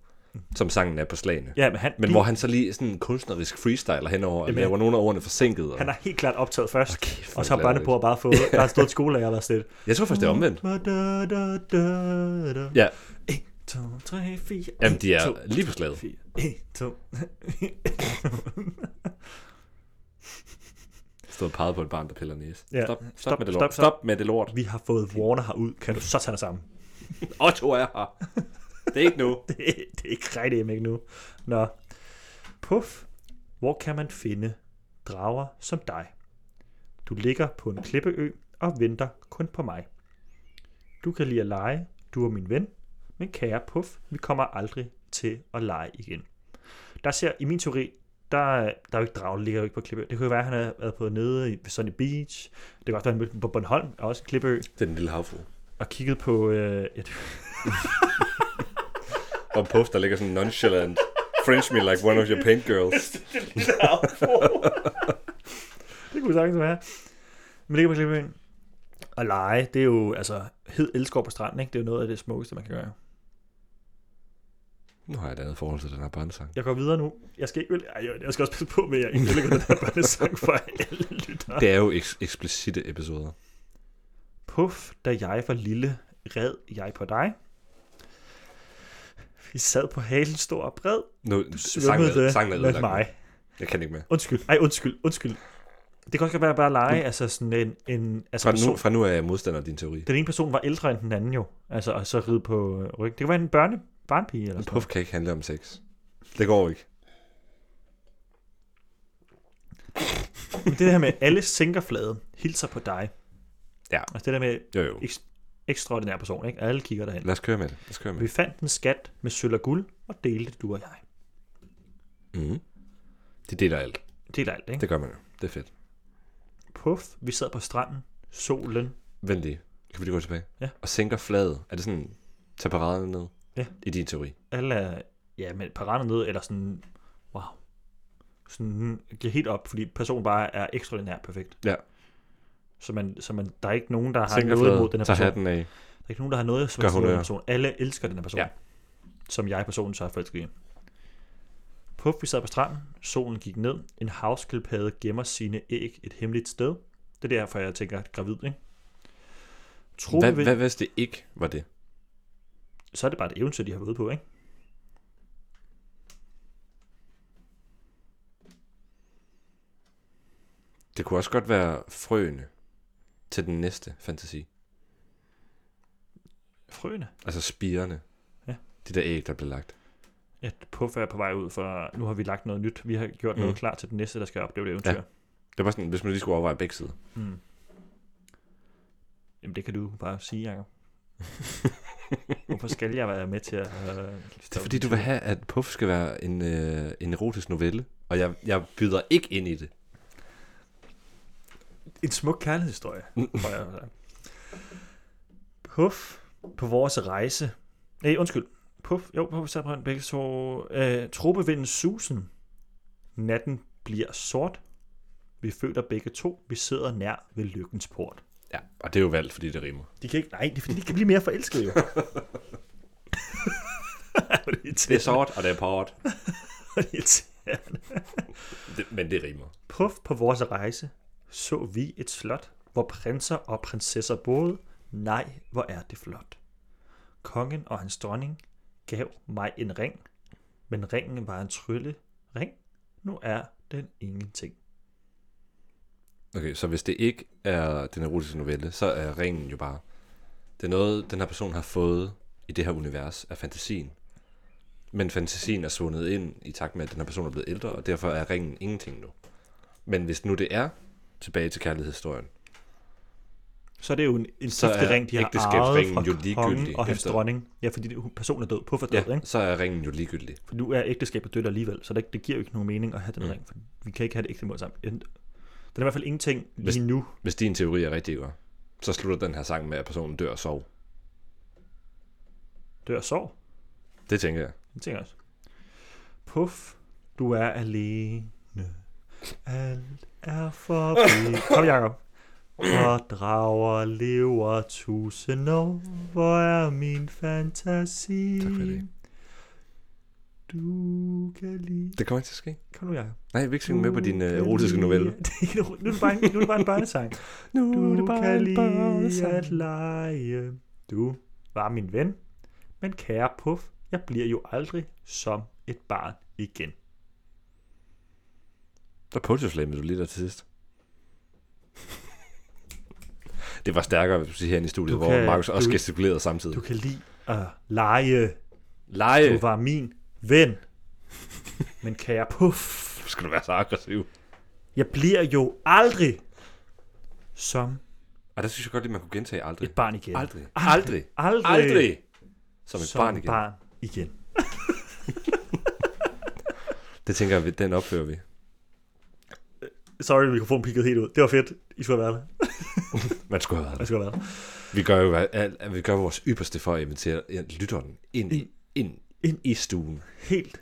[SPEAKER 2] som sangen er på slagene.
[SPEAKER 3] Ja, men han,
[SPEAKER 2] Men hvor han så lige sådan kunstnerisk freestyler henover, og
[SPEAKER 3] Jamen,
[SPEAKER 2] laver nogle af ordene forsinket. Og...
[SPEAKER 3] Han har helt klart optaget først,
[SPEAKER 2] Hold kæft, hvor
[SPEAKER 3] og så har
[SPEAKER 2] glad jeg er.
[SPEAKER 3] børnebord bare [LAUGHS] fået, der har stået skolelærer og været sådan lidt.
[SPEAKER 2] Jeg tror faktisk, det er omvendt.
[SPEAKER 3] Da, da, da, da.
[SPEAKER 2] Ja.
[SPEAKER 3] 1, 2, 3, 4.
[SPEAKER 2] Jamen, de er lige på slaget.
[SPEAKER 3] 4, 1, 2.
[SPEAKER 2] stod og pegede på et barn, der piller næse.
[SPEAKER 3] Ja.
[SPEAKER 2] Stop,
[SPEAKER 3] Stop,
[SPEAKER 2] stop, stop, med det
[SPEAKER 3] stop,
[SPEAKER 2] lort. Stop,
[SPEAKER 3] stop.
[SPEAKER 2] med det lort.
[SPEAKER 3] Vi har fået Warner herud. Kan du så tage dig sammen?
[SPEAKER 2] Otto er her. Det er ikke
[SPEAKER 3] [LAUGHS]
[SPEAKER 2] nu.
[SPEAKER 3] det, det er ikke rigtig ikke nu. Nå. Puff, hvor kan man finde drager som dig? Du ligger på en klippeø og venter kun på mig. Du kan lide at lege, du er min ven, men kære Puff, vi kommer aldrig til at lege igen. Der ser, i min teori, der, der er jo ikke dragen, der ligger jo ikke på klippeø. Det kunne jo være, at han har været på nede i- ved Sunny Beach. Det kan også være, at han mødte den på Bornholm, er også en klippeø,
[SPEAKER 2] Det er den lille havfru.
[SPEAKER 3] og kiggede på... Øh, et,
[SPEAKER 2] Og Puff, der ligger sådan nonchalant. French me like one of your paint girls.
[SPEAKER 3] det kunne sagtens være. Men det kan man klippe ind. Og lege, det er jo, altså, hed elskov på stranden, ikke? Det er jo noget af det smukkeste, man kan gøre.
[SPEAKER 2] Nu har jeg et andet forhold til den her børnesang.
[SPEAKER 3] Jeg går videre nu. Jeg skal ikke, ej, jeg- jeg skal også passe på med, at jeg ikke lægger den her børnesang for alle lyttere.
[SPEAKER 2] Det er jo eks- eksplicite episoder.
[SPEAKER 3] Puff, da jeg var lille, red jeg på dig. Vi sad på halen stor og bred.
[SPEAKER 2] Nu, sangen,
[SPEAKER 3] Svømmede
[SPEAKER 2] er-
[SPEAKER 3] det
[SPEAKER 2] sangen er
[SPEAKER 3] med
[SPEAKER 2] ødelagt.
[SPEAKER 3] mig.
[SPEAKER 2] Jeg kan ikke mere.
[SPEAKER 3] Undskyld, ej, undskyld, undskyld. Det kan også godt være bare at lege, altså sådan en... en altså
[SPEAKER 2] Mm. Fra
[SPEAKER 3] person-
[SPEAKER 2] nu, fra nu er jeg modstander af din teori.
[SPEAKER 3] Den ene person var ældre end den anden jo. Altså, og så ride på øh, ryg. Det kan være en børne, barnpige eller
[SPEAKER 2] Men
[SPEAKER 3] sådan
[SPEAKER 2] Puff kan ikke handle om sex. Det går ikke.
[SPEAKER 3] noget. Men det her med, at alle sænkerfladen hilser på dig.
[SPEAKER 2] Ja.
[SPEAKER 3] Altså det der med
[SPEAKER 2] Jo, jo.
[SPEAKER 3] ek- ekstraordinær person, ikke? Alle kigger derhen.
[SPEAKER 2] Lad os køre med det. Lad os køre med
[SPEAKER 3] Vi
[SPEAKER 2] det.
[SPEAKER 3] fandt en skat med sølv og guld, og delte det, du og jeg.
[SPEAKER 2] Mm. Det deler alt.
[SPEAKER 3] Del alt, ikke?
[SPEAKER 2] Det gør man jo. Det er fedt.
[SPEAKER 3] Puff, vi sad på stranden, solen.
[SPEAKER 2] Vent lige. Kan vi lige gå tilbage?
[SPEAKER 3] Ja.
[SPEAKER 2] Og sænker flaget. Er det sådan, tag paraderne ned?
[SPEAKER 3] Ja.
[SPEAKER 2] I din teori.
[SPEAKER 3] Alle er, ja, med paraderne ned, eller sådan, wow. Sådan, mm, giver helt op, fordi personen bare er ekstraordinær perfekt.
[SPEAKER 2] Ja.
[SPEAKER 3] Så, man, så man, der er ikke nogen, der har
[SPEAKER 2] Sænker
[SPEAKER 3] noget imod den
[SPEAKER 2] flaget,
[SPEAKER 3] her
[SPEAKER 2] tag
[SPEAKER 3] person.
[SPEAKER 2] hatten af.
[SPEAKER 3] Der er ikke nogen, der har noget som
[SPEAKER 2] Gør
[SPEAKER 3] helst imod den her
[SPEAKER 2] honnør.
[SPEAKER 3] person. Alle elsker den her person.
[SPEAKER 2] Ja.
[SPEAKER 3] Ja. Som jeg personen så er forelsket i. Puff, vi sad på stranden. Solen gik ned. En havskildpadde gemmer sine æg et hemmeligt sted. Det er derfor, jeg tænker gravid, ikke? Tro
[SPEAKER 2] Hvad,
[SPEAKER 3] ved,
[SPEAKER 2] hvad hvis det ikke var det?
[SPEAKER 3] så er det bare et eventyr, de har været ude på, ikke?
[SPEAKER 2] Det kunne også godt være frøene til den næste fantasi.
[SPEAKER 3] Frøene.
[SPEAKER 2] Altså spirene.
[SPEAKER 3] Ja.
[SPEAKER 2] De der æg, der blev lagt.
[SPEAKER 3] At Puff er på vej ud, for nu har vi lagt noget nyt. Vi har gjort mm.
[SPEAKER 2] Mm.
[SPEAKER 3] noget klar til den næste, der skal opleve det eventyr.
[SPEAKER 2] Ja. Det var sådan, hvis man lige skulle overveje
[SPEAKER 3] [LAUGHS]
[SPEAKER 2] begge sider.
[SPEAKER 3] Mm. Jamen, det kan du bare sige, Jacob. Hvorfor skal jeg være med til at... Øh,
[SPEAKER 2] Det er fordi, du vil have, at Puff skal være en, øh, en erotisk novelle, og jeg, jeg byder ikke ind i det.
[SPEAKER 3] En smuk kærlighedshistorie, tror jeg. Puff på vores rejse. Nej, undskyld. Puff, jo, Puff sad på en begge to. Øh, Tropevinden susen. Natten bliver sort. Vi føler begge to, vi sidder nær ved lykkens port.
[SPEAKER 2] Ja, og det er jo valgt, fordi det rimer.
[SPEAKER 3] De kan ikke, nej, det er fordi, de kan blive mere forelskede
[SPEAKER 2] [LAUGHS]
[SPEAKER 3] jo. [LAUGHS] det
[SPEAKER 2] Det er
[SPEAKER 3] [LAUGHS]
[SPEAKER 2] sort, og det er port,
[SPEAKER 3] irriterende.
[SPEAKER 2] det, men det rimer.
[SPEAKER 3] Puff på vores rejse så vi et slot, hvor prinser og prinsesser boede. Nej, hvor er det flot. Kongen og hans dronning gav mig en ring, men ringen var en trylle ring. Nu er den ingenting.
[SPEAKER 2] Okay, så hvis det ikke er den erotiske novelle, så er ringen jo bare... Det er noget, den her person har fået i det her univers af fantasien. Men fantasien er svundet ind i takt med, at den her person er blevet ældre, og derfor er ringen ingenting nu. Men hvis nu det er tilbage til kærlighedshistorien,
[SPEAKER 3] Så er det jo en, en
[SPEAKER 2] Så er
[SPEAKER 3] giftig ring, de har arvet
[SPEAKER 2] ægteskabsringen
[SPEAKER 3] fra
[SPEAKER 2] jo
[SPEAKER 3] kongen
[SPEAKER 2] ligegyldig
[SPEAKER 3] og hans
[SPEAKER 2] efter-
[SPEAKER 3] dronning. Ja, fordi det- personen er død. Puff er død,
[SPEAKER 2] ja,
[SPEAKER 3] ikke?
[SPEAKER 2] så er ringen jo ligegyldig.
[SPEAKER 3] For nu er ægteskabet dødt alligevel, så det, det giver jo ikke nogen mening at have den
[SPEAKER 2] Mm.
[SPEAKER 3] mm. ring, for vi kan ikke have det ægte mål sammen. Den er i hvert fald ingenting lige
[SPEAKER 2] Hvis-
[SPEAKER 3] nu.
[SPEAKER 2] Hvis din teori er rigtig, Igor, så slutter den her sang med, at personen dør og sover.
[SPEAKER 3] Dør og sov.
[SPEAKER 2] Det tænker jeg.
[SPEAKER 3] Det tænker jeg også. Puff, du er alene. Alt er forbi. [LAUGHS] Kom, Jacob. Hvor drager lever tusind år. Hvor er min fantasi?
[SPEAKER 2] Tak for det.
[SPEAKER 3] Du kan lide...
[SPEAKER 2] Det kommer ikke til at ske.
[SPEAKER 3] Kom nu, Jacob.
[SPEAKER 2] Nej, jeg vil ikke synge med på din
[SPEAKER 3] Du
[SPEAKER 2] øh,
[SPEAKER 3] kan
[SPEAKER 2] erotiske
[SPEAKER 3] lide-
[SPEAKER 2] novelle.
[SPEAKER 3] [LAUGHS] Det er ikke en ero- nu, er det bare en, nu er det bare en børnesang.
[SPEAKER 2] Nu
[SPEAKER 3] Du kan lide at lege. Du var min ven. Men kære Puff, jeg bliver jo aldrig som et barn igen.
[SPEAKER 2] Der poetryslammede du lige der til sidst. Det var stærkere, hvis du siger herinde i studiet,
[SPEAKER 3] Du
[SPEAKER 2] hvor
[SPEAKER 3] kan-
[SPEAKER 2] Markus også
[SPEAKER 3] du-
[SPEAKER 2] gestikulerede samtidig.
[SPEAKER 3] Du kan lide at lege.
[SPEAKER 2] Lege.
[SPEAKER 3] Du var min ven. Men kan jeg puff?
[SPEAKER 2] Nu skal du være så aggressiv.
[SPEAKER 3] Jeg bliver jo aldrig som
[SPEAKER 2] Og der synes jeg godt, at man kunne gentage aldrig.
[SPEAKER 3] et barn igen.
[SPEAKER 2] Aldrig. Aldrig.
[SPEAKER 3] Aldrig,
[SPEAKER 2] Aldrig. Som et
[SPEAKER 3] som
[SPEAKER 2] barn igen.
[SPEAKER 3] barn igen.
[SPEAKER 2] Det tænker jeg, den opfører vi.
[SPEAKER 3] Sorry, mikrofonen pikkede helt ud. Det var fedt. I skulle have været der.
[SPEAKER 2] Man skulle have været der.
[SPEAKER 3] Jeg skulle have været der.
[SPEAKER 2] Vi gør jo hvad- alt, at vi gør vores ypperste for at invitere lytteren ind, ind, ind,
[SPEAKER 3] ind.
[SPEAKER 2] ind i stuen,
[SPEAKER 3] Helt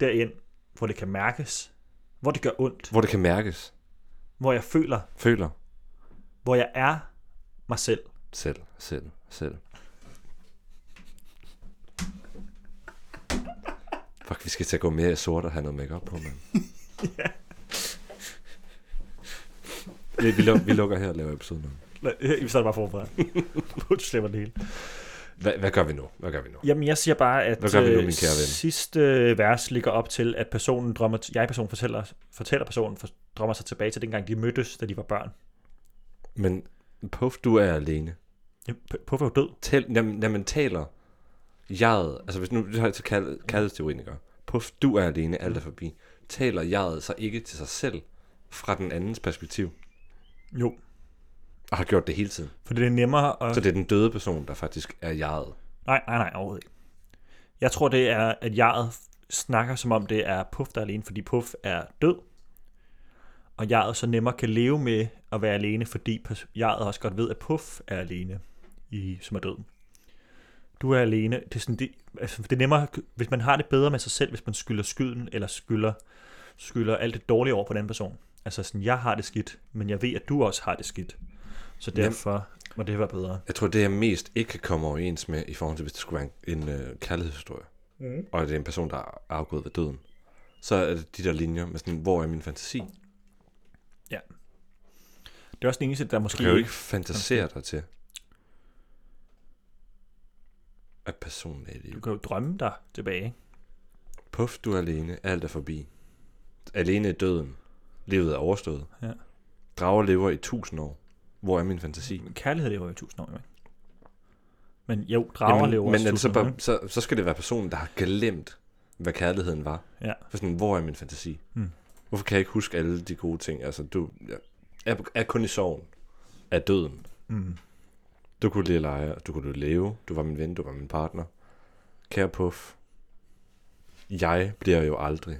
[SPEAKER 3] derind, hvor det kan mærkes. Hvor det gør ondt.
[SPEAKER 2] hvor det kan mærkes,
[SPEAKER 3] Hvor jeg føler,
[SPEAKER 2] føler
[SPEAKER 3] hvor jeg er mig selv.
[SPEAKER 2] selv, selv, selv. Fuck, vi skal til at gå mere i sort og have noget makeup på, mand. Vi, vi, luk, vi lukker her og laver episoden nu.
[SPEAKER 3] [LAUGHS] Vi starter bare
[SPEAKER 2] [LAUGHS]
[SPEAKER 3] forfra. Nu slipper det hele.
[SPEAKER 2] Hvad, hvad gør vi nu? Hvad gør vi nu?
[SPEAKER 3] Jamen, jeg siger bare, at
[SPEAKER 2] Hvad gør vi nu,
[SPEAKER 3] øh,
[SPEAKER 2] min kære ven?
[SPEAKER 3] sidste øh, vers ligger op til, at personen drømmer, jeg person fortæller, fortæller personen, for, drømmer sig tilbage til dengang, de mødtes, da de var børn.
[SPEAKER 2] Men Puff, du er alene.
[SPEAKER 3] Jamen, P- Puff er jo død.
[SPEAKER 2] Tal, når, man- når man taler jeget, altså hvis nu det her til kald- kaldesteoriniker, puff, du er alene, alt er forbi, taler jeget sig ikke til sig selv fra den andens perspektiv,
[SPEAKER 3] Jo.
[SPEAKER 2] og har gjort det hele tiden.
[SPEAKER 3] For det er nemmere at...
[SPEAKER 2] Så det er den døde person, der faktisk er jeget.
[SPEAKER 3] Nej, nej, nej, overhovedet ikke. Jeg tror, det er, at jeget f- snakker, som om det er Puff, der er alene, fordi Puff er død. Og jeget så nemmere kan leve med at være alene, fordi pers- jeget også godt ved, at Puff er alene, i, som er død. Du er alene. Det er, sådan, det, altså, det er nemmere, hvis man har det bedre med sig selv, hvis man skylder skylden, eller skylder, skylder alt det dårlige over på den anden person. Altså sådan, jeg har det skidt, men jeg ved, at du også har det skidt. Så derfor må det være bedre.
[SPEAKER 2] Jeg tror, det jeg mest ikke kan komme overens med, i forhold til hvis det skulle være en, en øh, kærlighedshistorie, mm. og det er en person, der er afgået ved døden, så er det de der linjer med sådan, hvor er min fantasi? Du
[SPEAKER 3] Ja. Det er også den eneste, der måske...
[SPEAKER 2] kan jo ikke fantasere dig til, at personen er i live.
[SPEAKER 3] du kan jo drømme dig tilbage. ikke?
[SPEAKER 2] Puff, du er alene. Alt er forbi. Alene i døden. Livet er overstået.
[SPEAKER 3] Ja.
[SPEAKER 2] Drager lever i tusind år. Hvor er min fantasi?
[SPEAKER 3] Men kærlighed lever jo i tusind år, jo, ikke? Men jo, drager Jamen, lever
[SPEAKER 2] men
[SPEAKER 3] også
[SPEAKER 2] er det så,
[SPEAKER 3] tusind år,
[SPEAKER 2] bare, så, så skal det være personen, der har glemt, hvad kærligheden var.
[SPEAKER 3] ikke? Ja.
[SPEAKER 2] For sådan, hvor er min fantasi?
[SPEAKER 3] Mm.
[SPEAKER 2] Hvorfor kan jeg ikke huske alle de gode ting? Altså, du ja, er, er kun i sorgen af døden.
[SPEAKER 3] Mm.
[SPEAKER 2] Du kunne lide at lege, du kunne lide at leve, du var min ven, du var min partner. Kære Puff, jeg bliver jo aldrig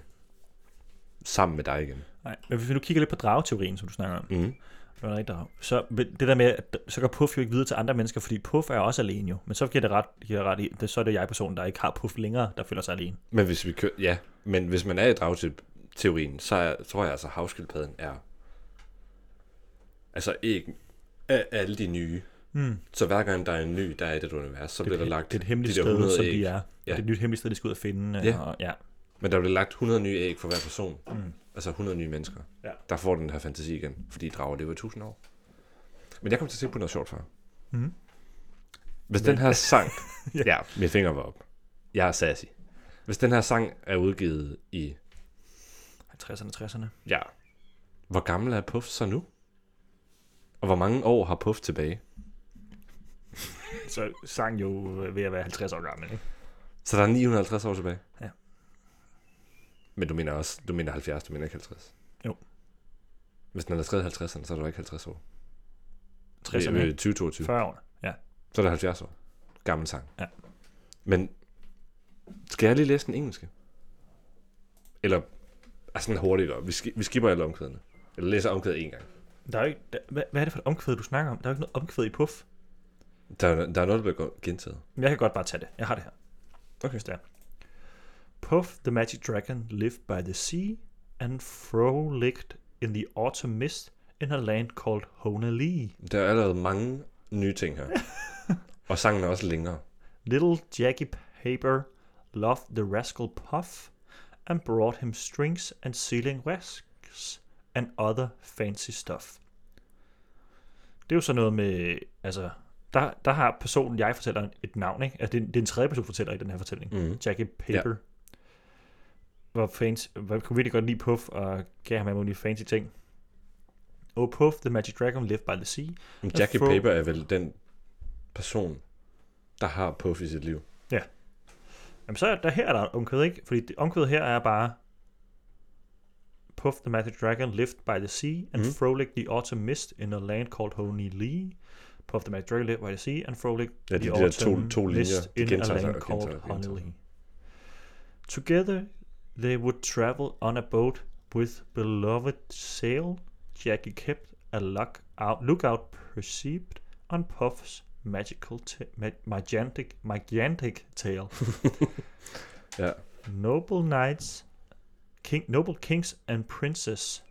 [SPEAKER 2] sammen med dig igen.
[SPEAKER 3] Nej, men hvis vi nu kigger lidt på drageteorien, som du snakker om,
[SPEAKER 2] Mm.
[SPEAKER 3] det var rigtig drag, så vil- det der med, at så går Puff jo ikke videre til andre mennesker, fordi Puff er også alene jo. Men så giver det ret, giver det ret i, det, så er det jeg-personen, der ikke har Puff længere, der føler sig alene.
[SPEAKER 2] Men hvis vi kører, ja, men hvis man er i dragteorien, så er, tror jeg altså, at havskildpadden er altså ikke af alle de nye.
[SPEAKER 3] Mm.
[SPEAKER 2] Så hver gang der er en ny, der er i det univers, så bliver der lagt
[SPEAKER 3] det er et hemmeligt
[SPEAKER 2] de der
[SPEAKER 3] sted,
[SPEAKER 2] 100
[SPEAKER 3] som
[SPEAKER 2] æg.
[SPEAKER 3] de er. Ja. Det
[SPEAKER 2] Ja.
[SPEAKER 3] er et nyt hemmeligt sted, de skal ud og finde. øh,
[SPEAKER 2] Ja.
[SPEAKER 3] Og, ja.
[SPEAKER 2] Men der bliver lagt 100 nye æg for hver person.
[SPEAKER 3] Mm.
[SPEAKER 2] Altså 100 nye mennesker.
[SPEAKER 3] Ja.
[SPEAKER 2] Der får den her fantasi igen, fordi drager lever i 1000 år. Men jeg kom til at tænke på noget sjovt før.
[SPEAKER 3] Mhm.
[SPEAKER 2] Hvis den her sang...
[SPEAKER 3] [LAUGHS] Ja.
[SPEAKER 2] ja. ja, mine fingre var op. Jeg er sassy. Hvis den her sang er udgivet i
[SPEAKER 3] 50'erne, 60'erne.
[SPEAKER 2] Ja. Hvor gammel er Puff så nu? Og hvor mange år har Puff tilbage?
[SPEAKER 3] Så sang jo øh, ved at være 50 år gammel, ikke?
[SPEAKER 2] Så der er 950 år tilbage?
[SPEAKER 3] Ja.
[SPEAKER 2] Men du mener også, du mener 70, du mener ikke 50?
[SPEAKER 3] Jo.
[SPEAKER 2] Hvis den er skrevet i 50'erne, så er du ikke 50 år.
[SPEAKER 3] 60'erne,
[SPEAKER 2] Øh,
[SPEAKER 3] ikke?
[SPEAKER 2] øh, 2022.
[SPEAKER 3] 40 år. Ja.
[SPEAKER 2] Så er der 70 år. Gammel sang.
[SPEAKER 3] Ja.
[SPEAKER 2] Men skal jeg lige læse den engelske? Eller altså sådan hurtigt, og vi, sk- vi skipper alle omkvædene. Eller læser omkvædet en gang.
[SPEAKER 3] Der er jo ikke, der, hvad, hvad er det for et omkvæd, du snakker om? Der er jo ikke noget omkvæd i puff.
[SPEAKER 2] Der, er- der er noget, der bliver gentaget.
[SPEAKER 3] Men Jeg kan godt bare tage det. Jeg har det her. Okay. Det er. Puff the magic dragon lived by the sea and frolicked in the autumn mist in a land called Honalee.
[SPEAKER 2] Der er allerede mange nye ting her. og sangen er også længere.
[SPEAKER 3] Little Jackie Paper loved the rascal Puff and brought him strings and sealing wax and other fancy stuff. Det er jo sådan noget med, altså, der, der har personen, jeg fortæller, et navn, ikke? Altså, det, er, det er en tredje person, fortæller i den her fortælling.
[SPEAKER 2] Mhm.
[SPEAKER 3] Jackie Paper. Ja. Hvor fancy, hvor kunne virkelig godt lide Puff og gav ham alle mulige fancy ting. Oh Puff, the magic dragon lived by the sea.
[SPEAKER 2] Men
[SPEAKER 3] Jeg
[SPEAKER 2] Jackie
[SPEAKER 3] får-
[SPEAKER 2] Paper er vel den person, der har Puff i sit liv.
[SPEAKER 3] Jamen så er der her er der et omkvæd, ikke? Fordi det- omkvædet her er bare... Puff the magic dragon lived by the sea and
[SPEAKER 2] Mhm.
[SPEAKER 3] frolic the autumn mist in a land called Honey Lee. Puff the magic dragon lived by the sea and frolic
[SPEAKER 2] Ja, de
[SPEAKER 3] the
[SPEAKER 2] der to-
[SPEAKER 3] autumn
[SPEAKER 2] to linjer,
[SPEAKER 3] mist
[SPEAKER 2] de
[SPEAKER 3] in a
[SPEAKER 2] gentager sig og
[SPEAKER 3] land
[SPEAKER 2] gentager
[SPEAKER 3] called
[SPEAKER 2] sig og
[SPEAKER 3] Honey
[SPEAKER 2] gentager sig.
[SPEAKER 3] Lee. Together they would travel on a boat with beloved sail. Jackie kept a look out, lookout perceived on Puff's magical, ta- ma- magantic, magantic tail.
[SPEAKER 2] Ja.
[SPEAKER 3] Noble knights, king, noble kings and princes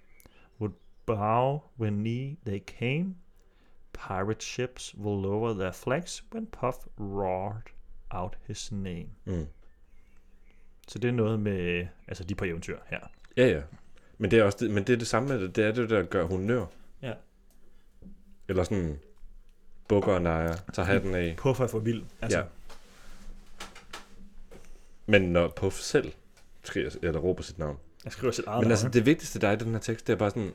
[SPEAKER 3] would bow when knee they came. Pirate ships will lower their flags when Puff roared out his name.
[SPEAKER 2] Mm.
[SPEAKER 3] Så det er noget med, altså de er på eventyr her.
[SPEAKER 2] Ja, ja. Men det er også det, men det, er det samme med det. Det er det, der gør honør.
[SPEAKER 3] Ja.
[SPEAKER 2] Eller sådan bukker og nejer, tager hatten af.
[SPEAKER 3] Puff er for vild. Altså,
[SPEAKER 2] Ja. Men når Puff selv skriger, eller råber sit navn.
[SPEAKER 3] Jeg skriver sit eget
[SPEAKER 2] Men
[SPEAKER 3] navn,
[SPEAKER 2] altså,
[SPEAKER 3] ikke?
[SPEAKER 2] det vigtigste der er i den her tekst, det er bare sådan...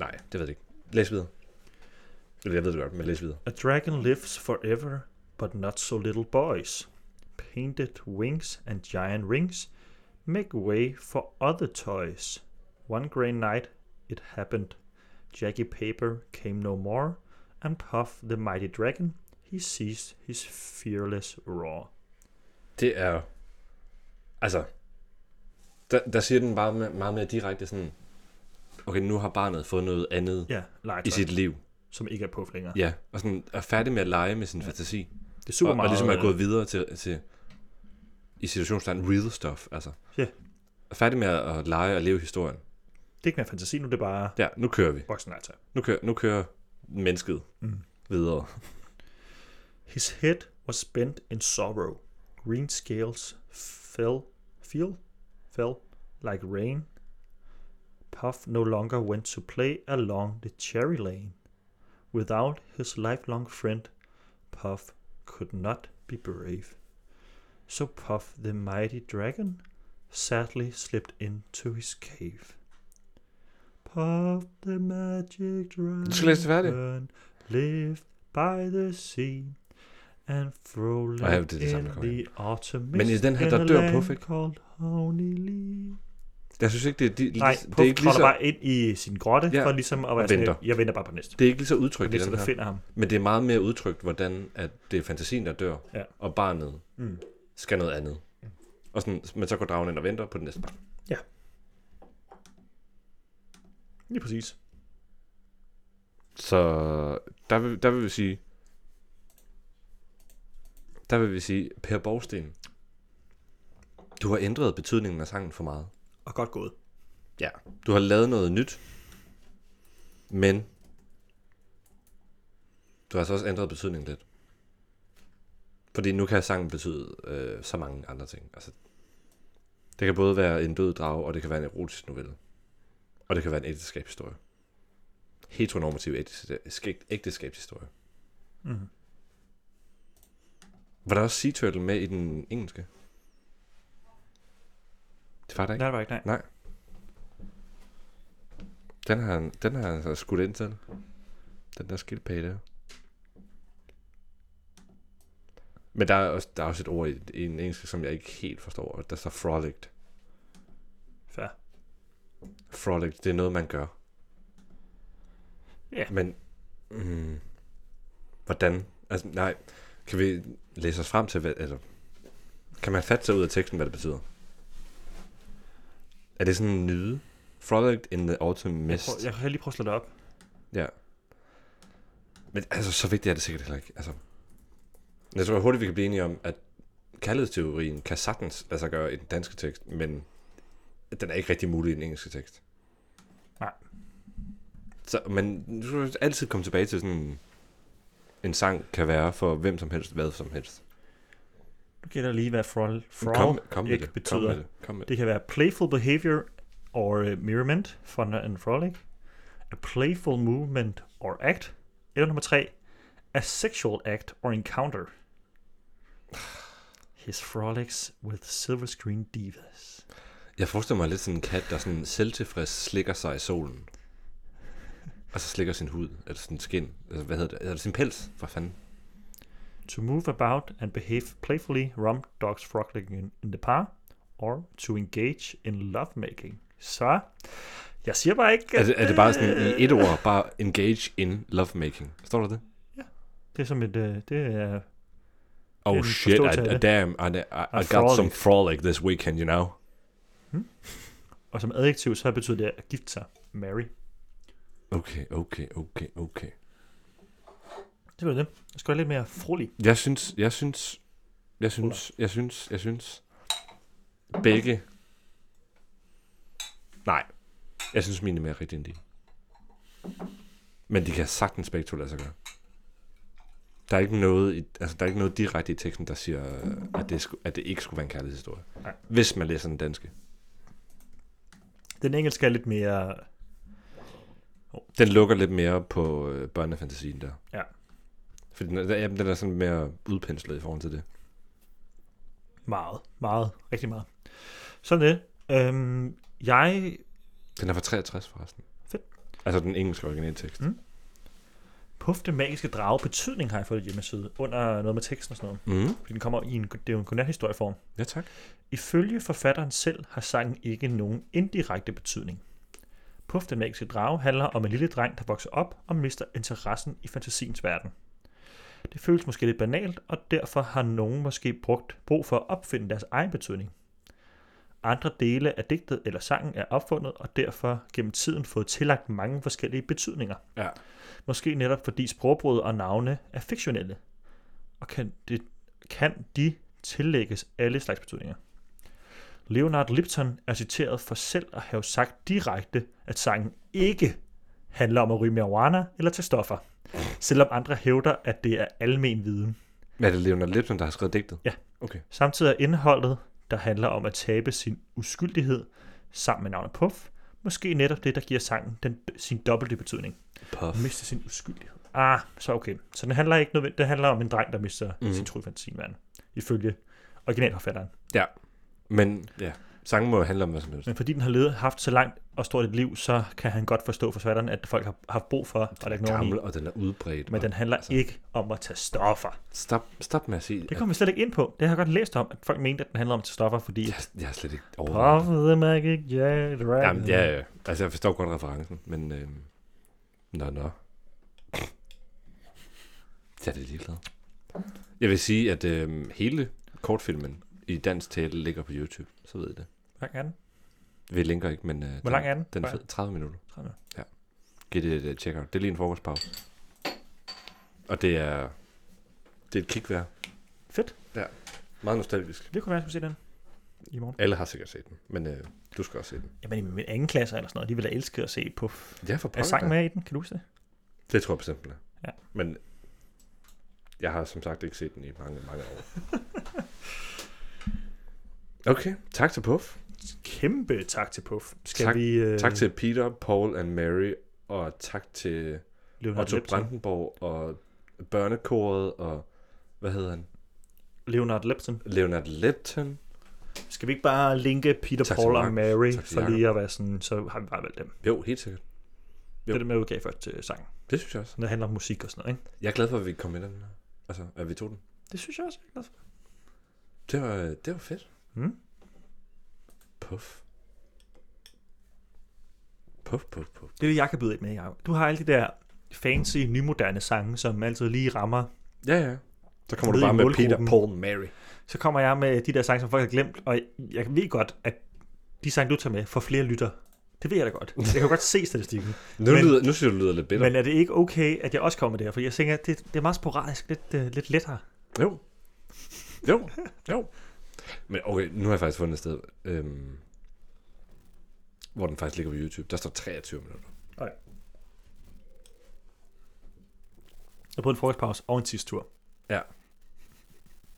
[SPEAKER 2] Nej, det ved jeg ikke. Læs videre. Eller jeg ved det godt, men læs videre.
[SPEAKER 3] A dragon lives forever, but not so little boys. Painted wings and giant rings make way for other toys. One grey night it happened. Jackie Paper came no more, and Puff the mighty dragon, he ceased his fearless roar.
[SPEAKER 2] Det er... Altså... Der, der siger den bare med, meget mere direkte sådan... Okay, nu har barnet fået noget andet
[SPEAKER 3] Ja,
[SPEAKER 2] i
[SPEAKER 3] legetøj,
[SPEAKER 2] sit liv.
[SPEAKER 3] som ikke er Puff længere.
[SPEAKER 2] Ja, og sådan er færdig med at lege med sin ja. fantasi.
[SPEAKER 3] Det er super
[SPEAKER 2] og,
[SPEAKER 3] meget...
[SPEAKER 2] og ligesom er
[SPEAKER 3] øh,
[SPEAKER 2] gået videre til, til i situationstegn, real stuff, altså.
[SPEAKER 3] øh, Ja.
[SPEAKER 2] Er færdig med at, at lege og leve historien.
[SPEAKER 3] Det er ikke mere fantasi nu, det er bare
[SPEAKER 2] Ja, nu kører vi.
[SPEAKER 3] voksenlegetøj.
[SPEAKER 2] Nu kører, nu kører mennesket
[SPEAKER 3] Mm.
[SPEAKER 2] mm. videre.
[SPEAKER 3] His head was bent in sorrow. Green scales fell, fell, fell like rain. Puff no longer went to play along the cherry lane. Without his lifelong friend, Puff could not be brave. So Puff the mighty dragon sadly slipped into his cave. Puff the magic dragon.
[SPEAKER 2] skal læse det færdigt.
[SPEAKER 3] Lived by the sea and frolic
[SPEAKER 2] Ej, det er det samme, der
[SPEAKER 3] in
[SPEAKER 2] kommer
[SPEAKER 3] the autumn
[SPEAKER 2] Men i
[SPEAKER 3] mist
[SPEAKER 2] den her,
[SPEAKER 3] in
[SPEAKER 2] der
[SPEAKER 3] a
[SPEAKER 2] dør
[SPEAKER 3] land
[SPEAKER 2] Puff, ikke?
[SPEAKER 3] called Honey Lee.
[SPEAKER 2] Jeg synes ikke, det er, de,
[SPEAKER 3] Nej,
[SPEAKER 2] det, er
[SPEAKER 3] Puff
[SPEAKER 2] ikke
[SPEAKER 3] kravler
[SPEAKER 2] lige så,
[SPEAKER 3] bare ind i sin grotte
[SPEAKER 2] Ja,
[SPEAKER 3] for ligesom at
[SPEAKER 2] og
[SPEAKER 3] være sådan,
[SPEAKER 2] venter.
[SPEAKER 3] jeg venter bare på næste.
[SPEAKER 2] det er ikke lige så udtrykt i
[SPEAKER 3] Næste,
[SPEAKER 2] den
[SPEAKER 3] der
[SPEAKER 2] her.
[SPEAKER 3] finder ham.
[SPEAKER 2] Men det er meget mere udtrykt, hvordan at det er fantasien, der dør,
[SPEAKER 3] Ja.
[SPEAKER 2] og barnet
[SPEAKER 3] Mm.
[SPEAKER 2] skal noget andet. Og sådan, men så går dragen ind og venter på den næste barn.
[SPEAKER 3] Lige præcis.
[SPEAKER 2] Så der vil, der vil vi sige, der vil vi sige, Per Borgsten, du har ændret betydningen af sangen for meget.
[SPEAKER 3] Og godt gået.
[SPEAKER 2] Ja. Du har lavet noget nyt, men du har altså også ændret betydningen lidt. Fordi nu kan sangen betyde øh, så mange andre ting. Altså, det kan både være en død drage, og det kan være en erotisk novelle. Og det kan være en ægteskabshistorie. Heteronormativ ægteskab, ægteskabshistorie.
[SPEAKER 3] Mm.
[SPEAKER 2] Var der også Sea Turtle med i den engelske? Det var der ikke.
[SPEAKER 3] Nej, det var ikke, nej.
[SPEAKER 2] Den har, han- den har han altså skudt ind til. Den der skildpadde der. Men der er, også, der er også et ord i, i en engelsk, som jeg ikke helt forstår. og Der står frolicked.
[SPEAKER 3] Fair.
[SPEAKER 2] Frolicked, det er noget, man gør.
[SPEAKER 3] Ja.
[SPEAKER 2] Men, mm, hvordan? Altså, nej. Kan vi læse os frem til, hvad, altså, kan man fatte sig ud af teksten, hvad det betyder? Er det sådan en nyde? Frolicked in the autumn
[SPEAKER 3] Jeg,
[SPEAKER 2] mist.
[SPEAKER 3] prøver, jeg kan lige prøve at slå det op.
[SPEAKER 2] Ja. Men altså, så vigtigt er det sikkert heller ikke. Altså, jeg tror hurtigt, vi kan blive enige om, at kærlighedsteorien kan sagtens lade sig gøre i den danske tekst, men den er ikke rigtig mulig i den engelske tekst.
[SPEAKER 3] Nej.
[SPEAKER 2] Så, men du skal altid komme tilbage til sådan, en sang kan være for hvem som helst, hvad som helst.
[SPEAKER 3] Nu gætter jeg lige, hvad frol, frol
[SPEAKER 2] kom, kom, med
[SPEAKER 3] ikke
[SPEAKER 2] det. kom
[SPEAKER 3] betyder.
[SPEAKER 2] med det. Kom med det.
[SPEAKER 3] Det kan være playful behavior or uh, merriment, fun and frolic. A playful movement or act. Eller nummer tre, a sexual act or encounter. His frolics with silver screen divas.
[SPEAKER 2] Jeg forestiller mig lidt sådan en kat, der sådan selvtilfreds slikker sig i solen. Og så slikker sin hud, eller sin skin, eller hvad hedder det, eller sin pels, for fanden.
[SPEAKER 3] To move about and behave playfully, rum dogs frolicking in, in the par, or to engage in lovemaking. Så jeg siger bare ikke, øh,
[SPEAKER 2] Er det, er det bare sådan
[SPEAKER 3] [LAUGHS]
[SPEAKER 2] i et ord, bare engage in lovemaking? Står der det?
[SPEAKER 3] det er som et, øh, det er,
[SPEAKER 2] Oh
[SPEAKER 3] en
[SPEAKER 2] shit,
[SPEAKER 3] forståelse af
[SPEAKER 2] I,
[SPEAKER 3] det. er
[SPEAKER 2] damn, I, I, I
[SPEAKER 3] A
[SPEAKER 2] got
[SPEAKER 3] frolic.
[SPEAKER 2] some frolic this weekend, you know?
[SPEAKER 3] og som adjektiv, så betyder det at gifte sig. Marry.
[SPEAKER 2] Okay, okay, okay, okay.
[SPEAKER 3] Det var det. Jeg skal være lidt mere frolig.
[SPEAKER 2] Jeg synes, jeg synes, jeg synes, jeg synes, jeg synes, begge. Nej, jeg synes mine er mere rigtige end de. Men de kan sagtens begge to lade sig gøre. Der er ikke noget, i, altså, der er ikke noget direkte i teksten, der siger, at det, sku, at det ikke skulle være en kærlighedshistorie.
[SPEAKER 3] Nej.
[SPEAKER 2] Hvis man læser den danske.
[SPEAKER 3] Den engelske er lidt mere,
[SPEAKER 2] Den lukker lidt mere på øh, børnefantasien der.
[SPEAKER 3] Ja.
[SPEAKER 2] Fordi den, er- jamen, den er sådan mere udpenslet i forhold til det.
[SPEAKER 3] meget, meget, rigtig meget. Sådan det. Øhm, jeg
[SPEAKER 2] Den er fra 63 forresten.
[SPEAKER 3] Fedt.
[SPEAKER 2] Altså den engelske originaltekst.
[SPEAKER 3] Mm. Puff den magiske drage betydning har jeg fået et hjemmeside under noget med teksten og sådan noget.
[SPEAKER 2] Mm.
[SPEAKER 3] Fordi den kommer i en, det er jo en godnathistorieform.
[SPEAKER 2] Ja tak.
[SPEAKER 3] Ifølge forfatteren selv har sangen ikke nogen indirekte betydning. Puff den magiske drage handler om en lille dreng, der vokser op og mister interessen i fantasiens verden. Det føles måske lidt banalt, og derfor har nogen måske brugt brug for at opfinde deres egen betydning. Andre dele af digtet eller sangen er opfundet og derfor gennem tiden fået tillagt mange forskellige betydninger.
[SPEAKER 2] Ja.
[SPEAKER 3] Måske netop fordi sprogbruget og navne er fiktionelle, og kan, det, kan de tillægges alle slags betydninger. Leonard Lipton er citeret for selv at have sagt direkte, at sangen ikke handler om at ryge marijuana eller tage stoffer, selvom andre hævder, at det er almen viden.
[SPEAKER 2] Men er det Leonard Lipton, der har skrevet digtet?
[SPEAKER 3] Ja.
[SPEAKER 2] Okay.
[SPEAKER 3] Samtidig er indholdet, der handler om at tabe sin uskyldighed sammen med navnet Puff, måske netop det, der giver sangen den, sin dobbelte betydning.
[SPEAKER 2] Puff.
[SPEAKER 3] Og miste sin uskyldighed. Ah, så okay. Så den handler ikke nødvendigt. Den handler om en dreng, der mister mm. sin trofantasi, mand. Ifølge originalforfatteren.
[SPEAKER 2] Ja. Men ja, sangen må jo handle om hvad som helst.
[SPEAKER 3] Men fordi den har levet, haft så langt og stort et liv, så kan han godt forstå forfatteren, at folk har haft brug for at lægge nogen i.
[SPEAKER 2] Gammel, og den er udbredt.
[SPEAKER 3] Men
[SPEAKER 2] og-
[SPEAKER 3] den handler
[SPEAKER 2] altså.
[SPEAKER 3] altså. ikke om at tage stoffer.
[SPEAKER 2] Stop, stop med at sige,
[SPEAKER 3] Det
[SPEAKER 2] at
[SPEAKER 3] kommer vi slet ikke ind på. Det har jeg godt læst om, at folk mente, at den handler om at tage stoffer, fordi...
[SPEAKER 2] jeg, jeg er slet ikke over.
[SPEAKER 3] Puff the magic yeah, dragon.
[SPEAKER 2] Jamen, ja, ja. Altså, jeg forstår godt referencen, men... Øh... Nå, nå. Det er det ligeglad. Jeg vil sige, at øh, hele kortfilmen i dansk tale ligger på YouTube. Så ved I det.
[SPEAKER 3] Hvor lang er den?
[SPEAKER 2] Vi linker ikke, men... Øh,
[SPEAKER 3] Hvor lang er den?
[SPEAKER 2] Den er
[SPEAKER 3] Hvor-
[SPEAKER 2] fed. 30 minutter.
[SPEAKER 3] 30.
[SPEAKER 2] Giv det et øh, check out. Det er lige en frokostpause. Og det er... Det er et kigvær.
[SPEAKER 3] Fedt.
[SPEAKER 2] Meget nostalgisk.
[SPEAKER 3] Det kunne være, at jeg skulle se den i morgen.
[SPEAKER 2] Alle har sikkert set den, men øh, du skal også se den.
[SPEAKER 3] Jamen, i min anden klasse eller sådan noget, de ville da elske at se på...
[SPEAKER 2] Ja, for
[SPEAKER 3] Er
[SPEAKER 2] pokker
[SPEAKER 3] sang
[SPEAKER 2] da.
[SPEAKER 3] med i den? Kan du huske det?
[SPEAKER 2] Det tror jeg bestemt, den er.
[SPEAKER 3] Ja.
[SPEAKER 2] Men jeg har som sagt ikke set den i mange, mange år. Okay, tak til Puff.
[SPEAKER 3] Kæmpe tak til Puff. Skal
[SPEAKER 2] Tak-
[SPEAKER 3] vi, øh,
[SPEAKER 2] Øh. Tak til Peter, Paul and Mary, og tak til
[SPEAKER 3] Leonard
[SPEAKER 2] Otto
[SPEAKER 3] Lipton.
[SPEAKER 2] Brandenborg og børnekoret og, hvad hedder han,
[SPEAKER 3] Leonard Lipton.
[SPEAKER 2] Leonard Lipton.
[SPEAKER 3] Skal vi ikke bare linke Peter,
[SPEAKER 2] Tak til
[SPEAKER 3] Paul
[SPEAKER 2] Mark.
[SPEAKER 3] og Mary,
[SPEAKER 2] Tak til
[SPEAKER 3] for lige at være sådan, så har vi bare valgt dem.
[SPEAKER 2] Jo, helt sikkert.
[SPEAKER 3] Det er det, man udgav først til sangen.
[SPEAKER 2] Det synes jeg også.
[SPEAKER 3] Når det handler om musik og sådan noget, ikke?
[SPEAKER 2] Jeg er glad for, at vi kom med den her. Altså, at vi tog den.
[SPEAKER 3] Det synes jeg også, jeg er glad for.
[SPEAKER 2] Det var, øh, det var fedt.
[SPEAKER 3] Mm.
[SPEAKER 2] Puff. Puff, puff, puff.
[SPEAKER 3] Det er det, jeg kan byde ind med, Jacob. Du har alle de der fancy, nymoderne sange, som altid lige rammer.
[SPEAKER 2] Ja, ja. Så kommer
[SPEAKER 3] Ned
[SPEAKER 2] du
[SPEAKER 3] i
[SPEAKER 2] bare med
[SPEAKER 3] målgruppen.
[SPEAKER 2] Peter, Paul, Mary.
[SPEAKER 3] Så kommer jeg med de der sange, som folk har glemt, og jeg ved godt, at de sange, du tager med, får flere lytter. Det ved jeg da godt. Jeg kan godt se statistikken.
[SPEAKER 2] Nu,
[SPEAKER 3] Men-
[SPEAKER 2] lyder, nu synes jeg, du lyder lidt bitter.
[SPEAKER 3] Men er [LAUGHS] det ikke okay, at jeg også kommer der? For jeg tænker, at det, det er meget sporadisk, lidt, uh, lidt lettere.
[SPEAKER 2] Jo. Jo, jo. Men okay, nu har jeg faktisk fundet et sted, øhm, hvor den faktisk ligger på YouTube. Der står 23 minutter.
[SPEAKER 3] Jeg prøvede en frokostpause og en sidste tur,
[SPEAKER 2] Ja, så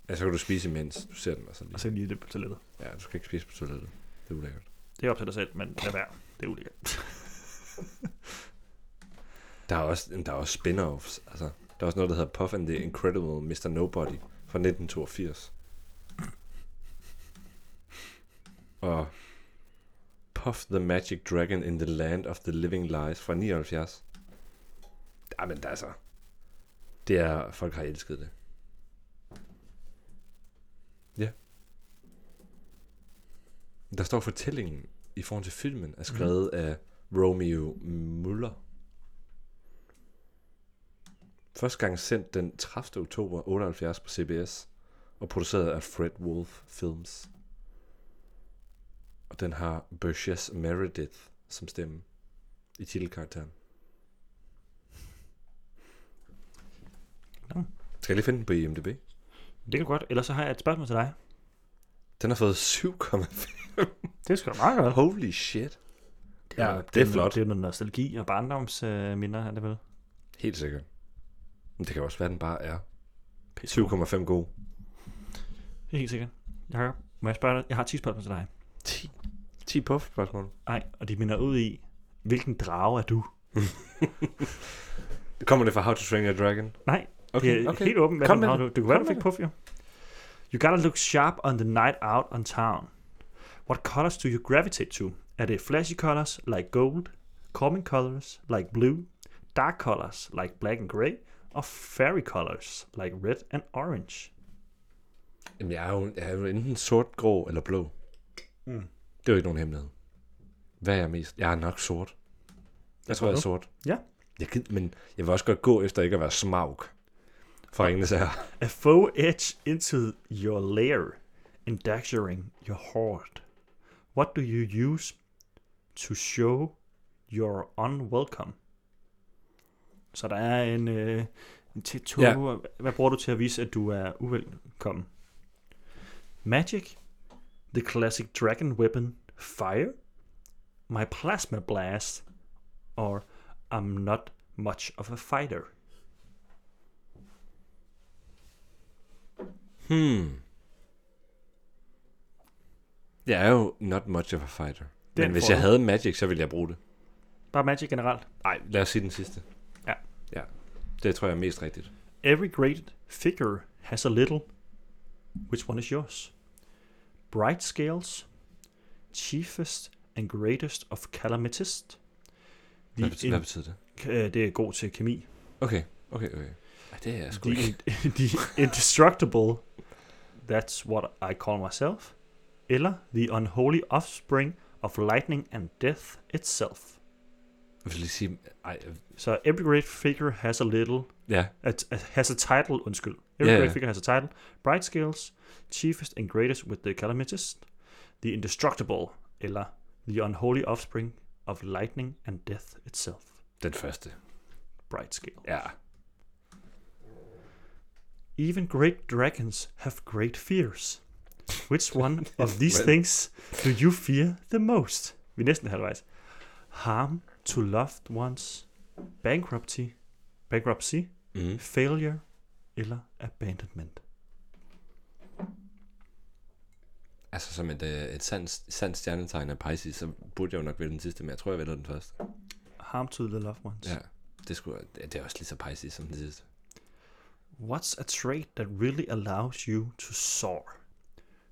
[SPEAKER 2] Altså, kan du spise imens. Du ser den og sådan
[SPEAKER 3] og
[SPEAKER 2] lige.
[SPEAKER 3] så lige det på toilettet.
[SPEAKER 2] Ja, du skal ikke spise på toilettet. Det er ulækkert.
[SPEAKER 3] Det er op til dig selv, men lad være. Det er ulækkert.
[SPEAKER 2] Der er også, der er også spin-offs. Altså, der er også noget, der hedder Puff and the Incredible Mr. Nobody fra 1982. Og Puff the Magic Dragon in the Land of the Living Lies fra altså. 79. Jamen, der er så. Det er, folk har elsket det. Der står fortællingen i forhold til filmen er skrevet mm. af Romeo Müller. Første gang sendt den 30. oktober 78 på CBS og produceret af Fred Wolf Films. Og den har Burgess Meredith som stemme i titelkarakteren.
[SPEAKER 4] Nå.
[SPEAKER 2] Skal jeg lige finde den på IMDb?
[SPEAKER 3] Det kan du godt. Ellers så har jeg et spørgsmål til dig.
[SPEAKER 2] Den har fået 7,5.
[SPEAKER 3] Det er sgu da meget godt.
[SPEAKER 2] Holy shit. Ja,
[SPEAKER 3] noget-
[SPEAKER 2] det er flot.
[SPEAKER 3] Det er noget nostalgi og barndomsminder, øh, er det vel?
[SPEAKER 2] Helt sikkert. Men det kan også være, den bare er
[SPEAKER 3] Pisse.
[SPEAKER 2] 7,5 god.
[SPEAKER 3] Helt sikkert. Jakob, må jeg spørge dig? Jeg har 10 spørgsmål til dig.
[SPEAKER 2] 10, 10 puff spørgsmål.
[SPEAKER 3] Nej, og de minder ud i, hvilken drage er du?
[SPEAKER 2] Kommer det fra How to Train Your Dragon?
[SPEAKER 3] Nej, okay,
[SPEAKER 2] Okay,
[SPEAKER 3] det er
[SPEAKER 2] okay.
[SPEAKER 3] helt åbent, hvad
[SPEAKER 2] Kom
[SPEAKER 3] du
[SPEAKER 2] med
[SPEAKER 3] har.
[SPEAKER 2] det.
[SPEAKER 3] Du, du kan være,
[SPEAKER 2] Kom
[SPEAKER 3] du
[SPEAKER 2] med
[SPEAKER 3] fik puff, jo. You gotta look sharp on the night out on town. What colors do you gravitate to? Er det flashy colors like gold, calming colors like blue, dark colors like black and grey, og fairy colors like red and orange?
[SPEAKER 2] Jamen, jeg er jo, jeg er jo enten sort, grå eller blå. Mm. Det er jo ikke nogen hemmelighed. Hvad er jeg mest? Jeg er nok sort. Jeg tror, jeg er sort.
[SPEAKER 3] Ja.
[SPEAKER 2] Jeg gid, men jeg vil også godt gå efter ikke at være smag. For ingen her.
[SPEAKER 3] A foe edge into your lair, endangering your hoard. What do you use to show your unwelcome? Så der er en, øh, en tattoo.
[SPEAKER 2] Ja.
[SPEAKER 3] Yeah. Hvad bruger du til at vise, at du er uvelkommen? Magic, the classic dragon weapon, fire, my plasma blast, or I'm not much of a fighter.
[SPEAKER 2] Hmm. Jeg er jo not much of a
[SPEAKER 3] Det
[SPEAKER 2] fighter.
[SPEAKER 3] er
[SPEAKER 2] Men
[SPEAKER 3] en
[SPEAKER 2] hvis
[SPEAKER 3] fordel.
[SPEAKER 2] jeg havde Magic, så ville jeg bruge det.
[SPEAKER 3] Bare magic generelt.
[SPEAKER 2] Nej, lad os sige den sidste.
[SPEAKER 3] Ja.
[SPEAKER 2] Ja. Det tror jeg er mest rigtigt.
[SPEAKER 3] Every great figure has a little. Which one is yours? Bright scales, chiefest and greatest of calamities. The
[SPEAKER 2] Hvad, betyder,
[SPEAKER 3] in-
[SPEAKER 2] hvad betyder det?
[SPEAKER 3] øh, det er god til kemi.
[SPEAKER 2] Okay, okay, okay. Ej, det er jeg sgu
[SPEAKER 3] The,
[SPEAKER 2] ikke.
[SPEAKER 3] in, [LAUGHS] the indestructible, that's what I call myself. Eller the unholy offspring of lightning and death itself.
[SPEAKER 2] Jeg vil lige sige... Ej,
[SPEAKER 3] Så every great figure has a little
[SPEAKER 2] ja.
[SPEAKER 3] at, at has a title, undskyld. Every
[SPEAKER 2] Ja,
[SPEAKER 3] great
[SPEAKER 2] ja.
[SPEAKER 3] figure has a title. Bright scales, chiefest and greatest with the calamitous, the indestructible, eller the unholy offspring of lightning and death itself.
[SPEAKER 2] Den første.
[SPEAKER 3] Bright scale.
[SPEAKER 2] Ja.
[SPEAKER 3] Even great dragons have great fears. Which
[SPEAKER 2] [LAUGHS]
[SPEAKER 3] one of these
[SPEAKER 2] Well.
[SPEAKER 3] things do you fear the most? Vi er næsten halvvejs. Harm to loved ones, bankruptcy, bankruptcy,
[SPEAKER 2] Mm.
[SPEAKER 3] failure eller abandonment.
[SPEAKER 2] Altså som et, øh, et sandt sand stjernetegn af Pisces, så burde jeg jo nok vælge den sidste, men jeg tror, jeg vælger den første.
[SPEAKER 3] Harm to the loved ones.
[SPEAKER 2] Ja. Det, skulle, det er også lige så Pisces som den sidste.
[SPEAKER 3] What's a trait that really allows you to soar?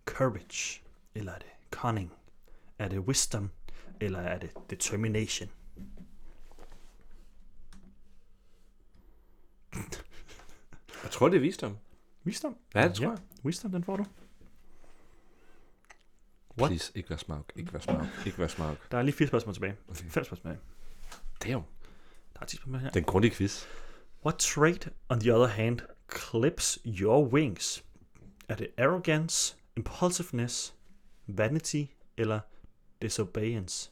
[SPEAKER 3] Courage, eller er det cunning? Er det wisdom, eller er det determination?
[SPEAKER 2] Jeg tror, det er visdom.
[SPEAKER 3] Wisdom?
[SPEAKER 2] Ja, det tror jeg.
[SPEAKER 3] Wisdom, den får du. What?
[SPEAKER 2] What? Please, ikke vær smag. Ikke vær smag. Ikke vær smag.
[SPEAKER 3] Der er lige fire spørgsmål tilbage.
[SPEAKER 2] Okay.
[SPEAKER 3] Fem spørgsmål tilbage.
[SPEAKER 2] Damn.
[SPEAKER 3] Der er ti spørgsmål her.
[SPEAKER 2] Den grundige quiz.
[SPEAKER 3] What trait, on the other hand, clips your wings? Er det arrogance, impulsiveness, vanity eller disobedience?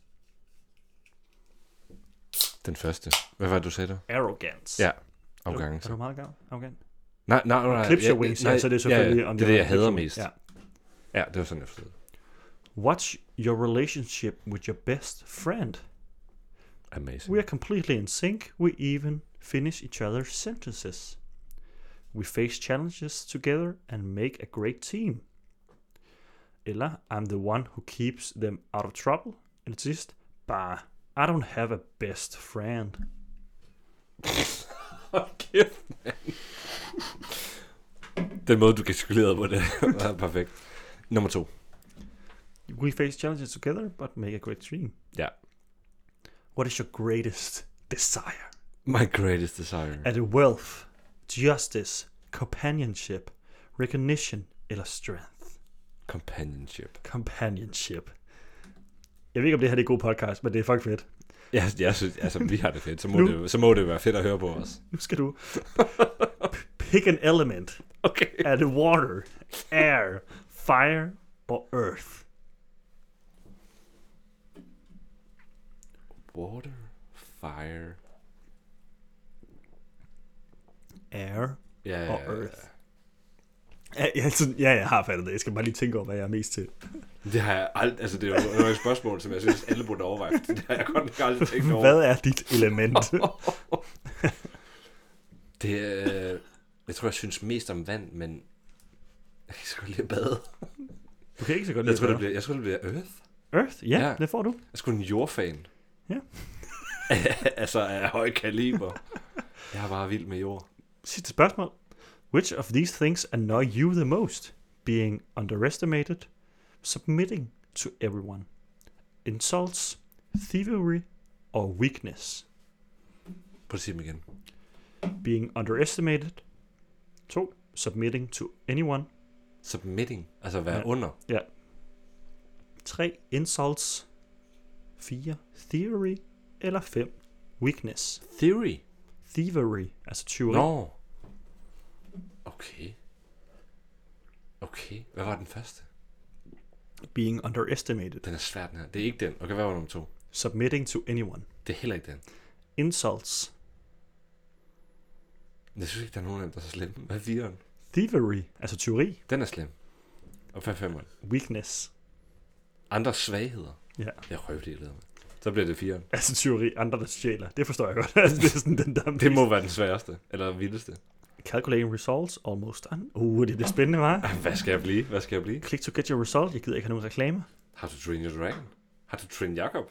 [SPEAKER 2] Den første. Hvad var det, du sagde der?
[SPEAKER 3] Arrogance.
[SPEAKER 2] Ja.
[SPEAKER 3] Er
[SPEAKER 2] Arrogance.
[SPEAKER 3] du meget gav- arrogant?
[SPEAKER 2] Nej, nej, nej.
[SPEAKER 3] Clips your
[SPEAKER 2] ja,
[SPEAKER 3] wings,
[SPEAKER 2] nej,
[SPEAKER 3] ja, så det er selvfølgelig...
[SPEAKER 2] Ja,
[SPEAKER 3] om
[SPEAKER 2] det er det, jeg
[SPEAKER 3] var-
[SPEAKER 2] hader mest.
[SPEAKER 3] Ja.
[SPEAKER 2] Ja. ja, det var sådan, jeg forstod det.
[SPEAKER 3] What's your relationship with your best friend?
[SPEAKER 2] Amazing.
[SPEAKER 3] We are completely in sync. We even finish each other's sentences. We face challenges together and make a great team. Eller, I'm the one who keeps them out of trouble. Eller til sidst, bare, I don't have a best friend.
[SPEAKER 2] Kæft, mand. Den måde, du gestikulerede på det, [LAUGHS] var perfekt. Nummer to.
[SPEAKER 3] We face challenges together, but make a great team.
[SPEAKER 2] Ja.
[SPEAKER 3] What is your greatest desire?
[SPEAKER 2] My greatest desire.
[SPEAKER 3] Er det wealth, justice, companionship, recognition eller strength?
[SPEAKER 2] Companionship.
[SPEAKER 3] Companionship. Jeg ved ikke, om det her det er god podcast, men det er fucking fedt.
[SPEAKER 2] Jeg, jeg synes, altså, vi har det fedt. Så må,
[SPEAKER 3] Nu.
[SPEAKER 2] det, så må det være fedt at høre på os.
[SPEAKER 3] Nu skal
[SPEAKER 2] [LAUGHS]
[SPEAKER 3] du p- pick an element.
[SPEAKER 2] Okay.
[SPEAKER 3] Er det water, air, fire og earth?
[SPEAKER 2] Water, fire,
[SPEAKER 3] Air.
[SPEAKER 2] ja,
[SPEAKER 3] Og earth. Ja, jeg, altså, ja, jeg har fattet det. Jeg skal bare lige tænke over, hvad jeg er mest til.
[SPEAKER 2] Det har jeg aldrig, altså det er jo- det var et spørgsmål, som jeg synes, alle burde overveje. for Det har jeg godt nok aldrig tænkt over.
[SPEAKER 3] Hvad er dit element?
[SPEAKER 2] [LAUGHS] Det, øh, jeg tror, jeg synes mest om vand, men jeg kan ikke så godt lide at bade.
[SPEAKER 3] Du kan ikke så godt
[SPEAKER 2] Jeg tror, det
[SPEAKER 3] det.
[SPEAKER 2] bliver, jeg tror, det bliver earth.
[SPEAKER 3] Earth? Ja,
[SPEAKER 2] Ja.
[SPEAKER 3] det får du.
[SPEAKER 2] Jeg er sgu en jordfan.
[SPEAKER 3] Ja.
[SPEAKER 2] [LAUGHS] altså af høj kaliber. Jeg er bare vild med jord.
[SPEAKER 3] Sidste spørgsmål. Which of these things annoy you the most? Being underestimated, submitting to everyone, insults, thievery, or weakness?
[SPEAKER 2] Prøv at sige dem igen.
[SPEAKER 3] Being underestimated. 2. Submitting to anyone.
[SPEAKER 2] Submitting, altså at være
[SPEAKER 3] Ja.
[SPEAKER 2] ja. under.
[SPEAKER 3] 3. Insults. 4. Theory. Eller 5. Weakness.
[SPEAKER 2] Theory.
[SPEAKER 3] Thievery, altså tyveri.
[SPEAKER 2] Nå. Okay. Okay. Hvad var den første?
[SPEAKER 3] Being underestimated.
[SPEAKER 2] Den er svær, den her. Det er ikke den. Okay, hvad var nummer to?
[SPEAKER 3] Submitting to anyone.
[SPEAKER 2] Det er heller ikke den.
[SPEAKER 3] Insults.
[SPEAKER 2] Jeg synes ikke, der er nogen af dem, der er så slem. Hvad er fireren?
[SPEAKER 3] Thievery, altså tyveri.
[SPEAKER 2] Den er slem. Og hvad er femeren?
[SPEAKER 3] Weakness.
[SPEAKER 2] Andre svagheder.
[SPEAKER 3] Ja.
[SPEAKER 2] Jeg er røvdelet med. Så bliver det fireren.
[SPEAKER 3] Altså tyveri, andre der stjæler. Det forstår jeg godt. [LAUGHS] Altså, det er sådan den der...
[SPEAKER 2] [LAUGHS] Det må være den sværeste. Eller vildeste.
[SPEAKER 3] Calculating results, almost done. Uh, det bliver spændende, hva'?
[SPEAKER 2] Ah, Hvad skal jeg blive? Hvad skal jeg blive?
[SPEAKER 3] Click to get your result. Jeg gider ikke have nogen reklamer.
[SPEAKER 2] Har du Train Your Dragon? Har du Train [LAUGHS] Jacob?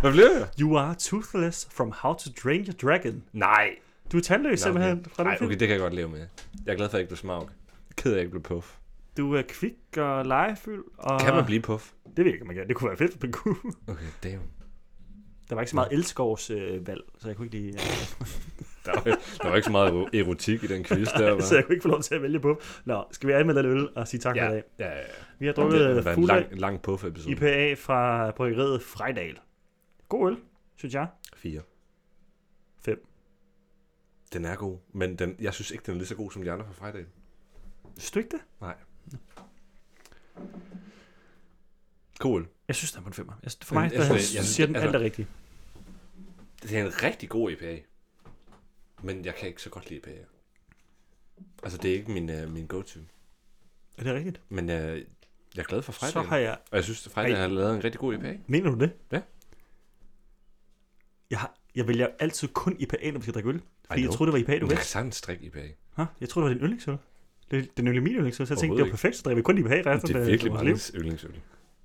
[SPEAKER 2] Hvad bliver jeg?
[SPEAKER 3] You are toothless from how to drain your dragon.
[SPEAKER 2] Nej.
[SPEAKER 3] Du er tandløs
[SPEAKER 2] Nå, okay.
[SPEAKER 3] simpelthen fra den
[SPEAKER 2] Nej,
[SPEAKER 3] film.
[SPEAKER 2] okay, det kan jeg godt leve med. Jeg er glad for, at jeg ikke blev smag. Ked af, at jeg ikke blev puff.
[SPEAKER 3] Du er kvik og legefyld. Og...
[SPEAKER 2] Kan man blive puff?
[SPEAKER 3] Det ved jeg ikke, om man kan. Det kunne være fedt, hvis man kunne.
[SPEAKER 2] Okay, damn.
[SPEAKER 3] [LAUGHS] Der var ikke så meget elskovs øh, valg, så jeg kunne ikke lige...
[SPEAKER 2] Der var, der var ikke så meget erotik i den quiz der, var.
[SPEAKER 3] [LAUGHS] [LAUGHS] så jeg kunne ikke få lov til at vælge på. Nå, skal vi anmelde en øl og sige tak
[SPEAKER 2] Ja,
[SPEAKER 3] for i dag?
[SPEAKER 2] ja, ja. ja.
[SPEAKER 3] Vi har
[SPEAKER 2] Det
[SPEAKER 3] drukket
[SPEAKER 2] var en
[SPEAKER 3] fuld
[SPEAKER 2] lang, lang puff-episode.
[SPEAKER 3] IPA fra bryggeriet Frejdal. God øl, synes jeg.
[SPEAKER 2] 4.
[SPEAKER 3] Fem.
[SPEAKER 2] Den er god, men den, jeg synes ikke, den er lige så god som de andre fra fredag.
[SPEAKER 3] Synes du ikke det?
[SPEAKER 2] Nej. God øl.
[SPEAKER 3] Jeg synes, den er på en femmer. Jeg, for
[SPEAKER 2] Men
[SPEAKER 3] mig
[SPEAKER 2] jeg
[SPEAKER 3] der,
[SPEAKER 2] synes-
[SPEAKER 3] jeg,
[SPEAKER 2] jeg synes-
[SPEAKER 3] siger den
[SPEAKER 2] altså-
[SPEAKER 3] alt er rigtigt.
[SPEAKER 2] Det er en rigtig god IPA. Men jeg kan ikke så godt lide IPA'er. Altså, det er ikke min, øh, min go-to.
[SPEAKER 3] Er det rigtigt?
[SPEAKER 2] Men øh, jeg er glad for fredag.
[SPEAKER 3] Så har jeg...
[SPEAKER 2] Og jeg synes, at fredag
[SPEAKER 3] Ej.
[SPEAKER 2] har lavet en rigtig god E IPA.
[SPEAKER 3] Mener du det?
[SPEAKER 2] Ja.
[SPEAKER 3] Jeg, har, jeg vælger altid kun IPA, når vi skal drikke øl. Fordi jeg
[SPEAKER 2] know.
[SPEAKER 3] troede, det var IPA, du
[SPEAKER 2] [LAUGHS] Jeg kan
[SPEAKER 3] vidste.
[SPEAKER 2] sagtens E drikke IPA.
[SPEAKER 3] Hå? Jeg troede, det var din yndlingsøl. Det, den øl min yndlingsøl, så jeg tænkte, det
[SPEAKER 2] Overhovedet
[SPEAKER 3] var
[SPEAKER 2] ikke.
[SPEAKER 3] perfekt, så drikker vi kun IPA resten
[SPEAKER 2] Det er
[SPEAKER 3] af- af
[SPEAKER 2] virkelig
[SPEAKER 3] vores
[SPEAKER 2] meget
[SPEAKER 3] liv.
[SPEAKER 2] ens yndlingsøl.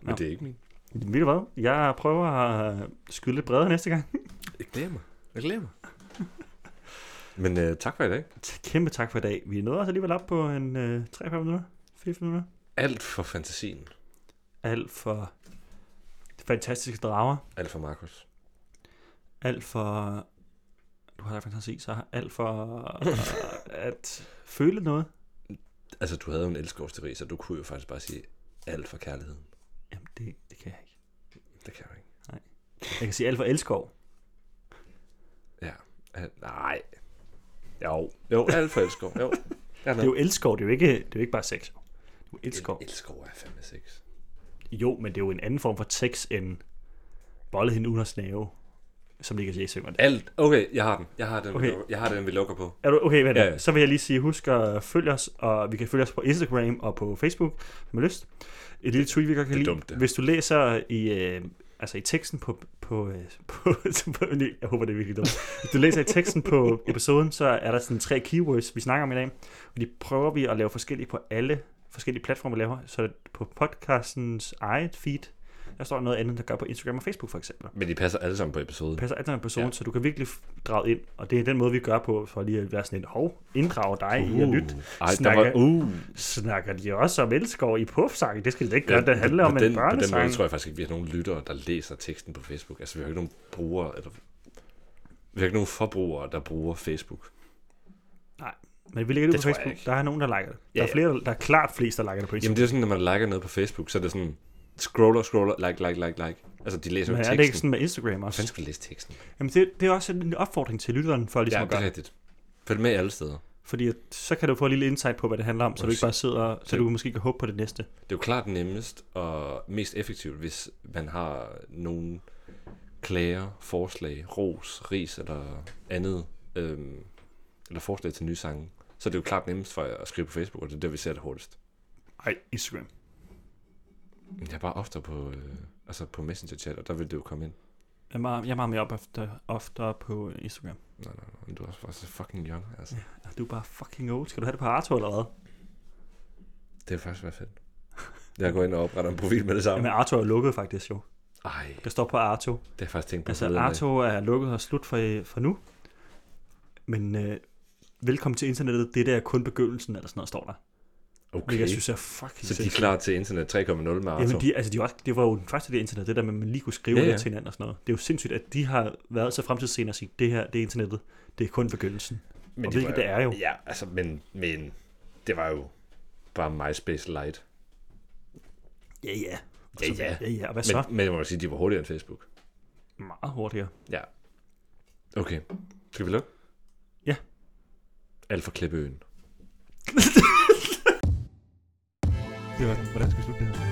[SPEAKER 2] Men
[SPEAKER 3] Nå.
[SPEAKER 2] det er ikke min.
[SPEAKER 3] Ved du hvad? Jeg prøver at skyde lidt bredere næste gang. [LAUGHS]
[SPEAKER 2] Jeg glæder mig. Jeg glæder mig. [LAUGHS] Men øh, tak for i dag.
[SPEAKER 3] Kæmpe tak for i dag. Vi nåede altså alligevel op på en øh, 3-5 minutter. 4 minutter.
[SPEAKER 2] Alt for fantasien.
[SPEAKER 3] Alt for fantastiske drager.
[SPEAKER 2] Alt for Markus.
[SPEAKER 3] Alt for... Du har da fantasi, så har- alt for øh, at føle noget.
[SPEAKER 2] Altså, du havde jo en elskovsteori, så du kunne jo faktisk bare sige alt for kærligheden.
[SPEAKER 3] Jamen, det, det kan jeg ikke.
[SPEAKER 2] Det kan jeg ikke.
[SPEAKER 3] Jeg kan sige alt for elskov.
[SPEAKER 2] Ja. Al- nej. Jo. Jo, alt for elskov. Jo. Ja,
[SPEAKER 3] Det er jo elskov, det er jo ikke, det er jo ikke bare sex. Det er jo elskov.
[SPEAKER 2] Elskov er fandme sex.
[SPEAKER 3] Jo, men det er jo en anden form for sex end bolle hende under snave, som ligger i synger det.
[SPEAKER 2] Alt. Okay, jeg har den. Jeg har den,
[SPEAKER 3] Okay.
[SPEAKER 2] okay. vi, lukker. Jeg har den vi lukker på.
[SPEAKER 3] Er du, okay, hvad
[SPEAKER 2] Ja,
[SPEAKER 3] ja.
[SPEAKER 2] ja.
[SPEAKER 3] Så vil jeg lige sige, husk at følge os, og vi kan følge os på Instagram og på Facebook, hvis man har lyst. Et lille tweet, vi godt kan
[SPEAKER 2] det er
[SPEAKER 3] lide.
[SPEAKER 2] dumt, det.
[SPEAKER 3] Hvis du læser i, øh, altså i teksten på, på, øh, [LAUGHS] på, på... Jeg håber, det er virkelig dumt. Hvis du læser i teksten på episoden, så er der sådan tre keywords, vi snakker om i dag. Og de prøver vi at lave forskellige på alle forskellige platforme, vi laver. Så på podcastens eget feed, der står noget andet, der gør på Instagram og Facebook for eksempel
[SPEAKER 2] Men de passer alle sammen på episoden.
[SPEAKER 3] passer alt sammen på zonen, ja.
[SPEAKER 2] Ja.
[SPEAKER 3] så du kan virkelig f- drage ind. Og det er den måde, vi gør på, for lige at være sådan en hov, inddrage dig uh. i at lytte.
[SPEAKER 2] Ej, der
[SPEAKER 3] Snakker-
[SPEAKER 2] var, uh,
[SPEAKER 3] Snakker de også om elskov i puffsangen? Det skal det da ikke gøre, det
[SPEAKER 2] på-
[SPEAKER 3] handler om
[SPEAKER 2] på
[SPEAKER 3] en
[SPEAKER 2] den, På den
[SPEAKER 3] børnesang.
[SPEAKER 2] måde tror jeg faktisk ikke, vi har nogen lyttere, der læser teksten på Facebook. Altså, vi har jo ikke nogen brugere, eller... Vi har ikke nogen forbrugere, der bruger Facebook.
[SPEAKER 3] Nej, Men vi lægger det,
[SPEAKER 2] Det
[SPEAKER 3] det på
[SPEAKER 2] tror jeg
[SPEAKER 3] Facebook.
[SPEAKER 2] ikke.
[SPEAKER 3] Der er nogen, der liker det.
[SPEAKER 2] Ja,
[SPEAKER 3] der, er flere, der er klart flest, der liker det på Instagram.
[SPEAKER 2] Jamen det er sådan, når man liker noget på Facebook, så er det sådan, scroller, scroller, like, like, like, like. Altså de læser jo
[SPEAKER 3] Men
[SPEAKER 2] ikke
[SPEAKER 3] er
[SPEAKER 2] teksten.
[SPEAKER 3] det ikke sådan med Instagram
[SPEAKER 2] Hvordan
[SPEAKER 3] også?
[SPEAKER 2] skulle de læse teksten?
[SPEAKER 3] Jamen, det, det er også en opfordring til lytteren for ligesom
[SPEAKER 2] ja,
[SPEAKER 3] ja, at
[SPEAKER 2] det
[SPEAKER 3] gøre
[SPEAKER 2] er
[SPEAKER 3] det.
[SPEAKER 2] rigtigt. Følg med alle steder.
[SPEAKER 3] Fordi at, så kan du få et lille insight på, hvad det handler om, så du ikke bare sidder, så du måske kan håbe på det næste.
[SPEAKER 2] Det er jo klart nemmest og mest effektivt, hvis man har nogle klager, forslag, ros, ris eller andet, øhm, eller forslag til nye sange. Så er det jo klart nemmest for at skrive på Facebook, og det er der, vi ser det hurtigst.
[SPEAKER 3] Nej, Instagram.
[SPEAKER 2] Men Jeg er bare oftere på, øh, altså på Messenger-chat, og der vil det jo komme ind.
[SPEAKER 3] Jeg er meget, jeg er meget mere op efter, oftere på Instagram.
[SPEAKER 2] Nej, nej, nej, men du er også bare så fucking young, altså. Ja.
[SPEAKER 3] Ah, Du er bare fucking old. Skal du have det på Arto eller hvad?
[SPEAKER 2] Det er faktisk være fedt. Jeg går ind og opretter en profil med det samme.
[SPEAKER 3] Jamen, Arto er lukket faktisk jo.
[SPEAKER 2] Ej,
[SPEAKER 3] Det står på Arto.
[SPEAKER 2] det har jeg faktisk tænkt på.
[SPEAKER 3] Altså,
[SPEAKER 2] forleden dag.
[SPEAKER 3] Arto er lukket og slut for, for nu. Men øh, velkommen til internettet. Det der er kun begyndelsen, eller sådan noget, står der. Okay.
[SPEAKER 2] Okay,
[SPEAKER 3] Hvilket jeg synes er fucking
[SPEAKER 2] så de er
[SPEAKER 3] sindssygt.
[SPEAKER 2] klar til internet 3.0 med Arto.
[SPEAKER 3] Jamen, de, altså, de er også, det var jo den første del af internettet, det der med, at man lige kunne skrive
[SPEAKER 2] Ja,
[SPEAKER 3] ja, ja.
[SPEAKER 2] ja.
[SPEAKER 3] til hinanden og sådan noget. Det er jo sindssygt, at de har været så fremtidssenere og sige, det her, det er internettet, det er kun begyndelsen. Men og
[SPEAKER 2] det
[SPEAKER 3] hvilket
[SPEAKER 2] var
[SPEAKER 3] det er jo.
[SPEAKER 2] Ja, altså, men, men det var jo bare MySpace Lite.
[SPEAKER 3] Ja, ja.
[SPEAKER 2] Ja,
[SPEAKER 3] Så-
[SPEAKER 2] ja.
[SPEAKER 3] ja, ja. Og hvad så?
[SPEAKER 2] Men, men jeg må jo sige, de var hurtigere end Facebook.
[SPEAKER 3] Men... Meget hurtigere.
[SPEAKER 2] Ja. Okay. Skal vi lukke?
[SPEAKER 3] Ja.
[SPEAKER 2] Alt for Klippeøen.
[SPEAKER 3] Det var den. Hvordan skal vi slutte det her?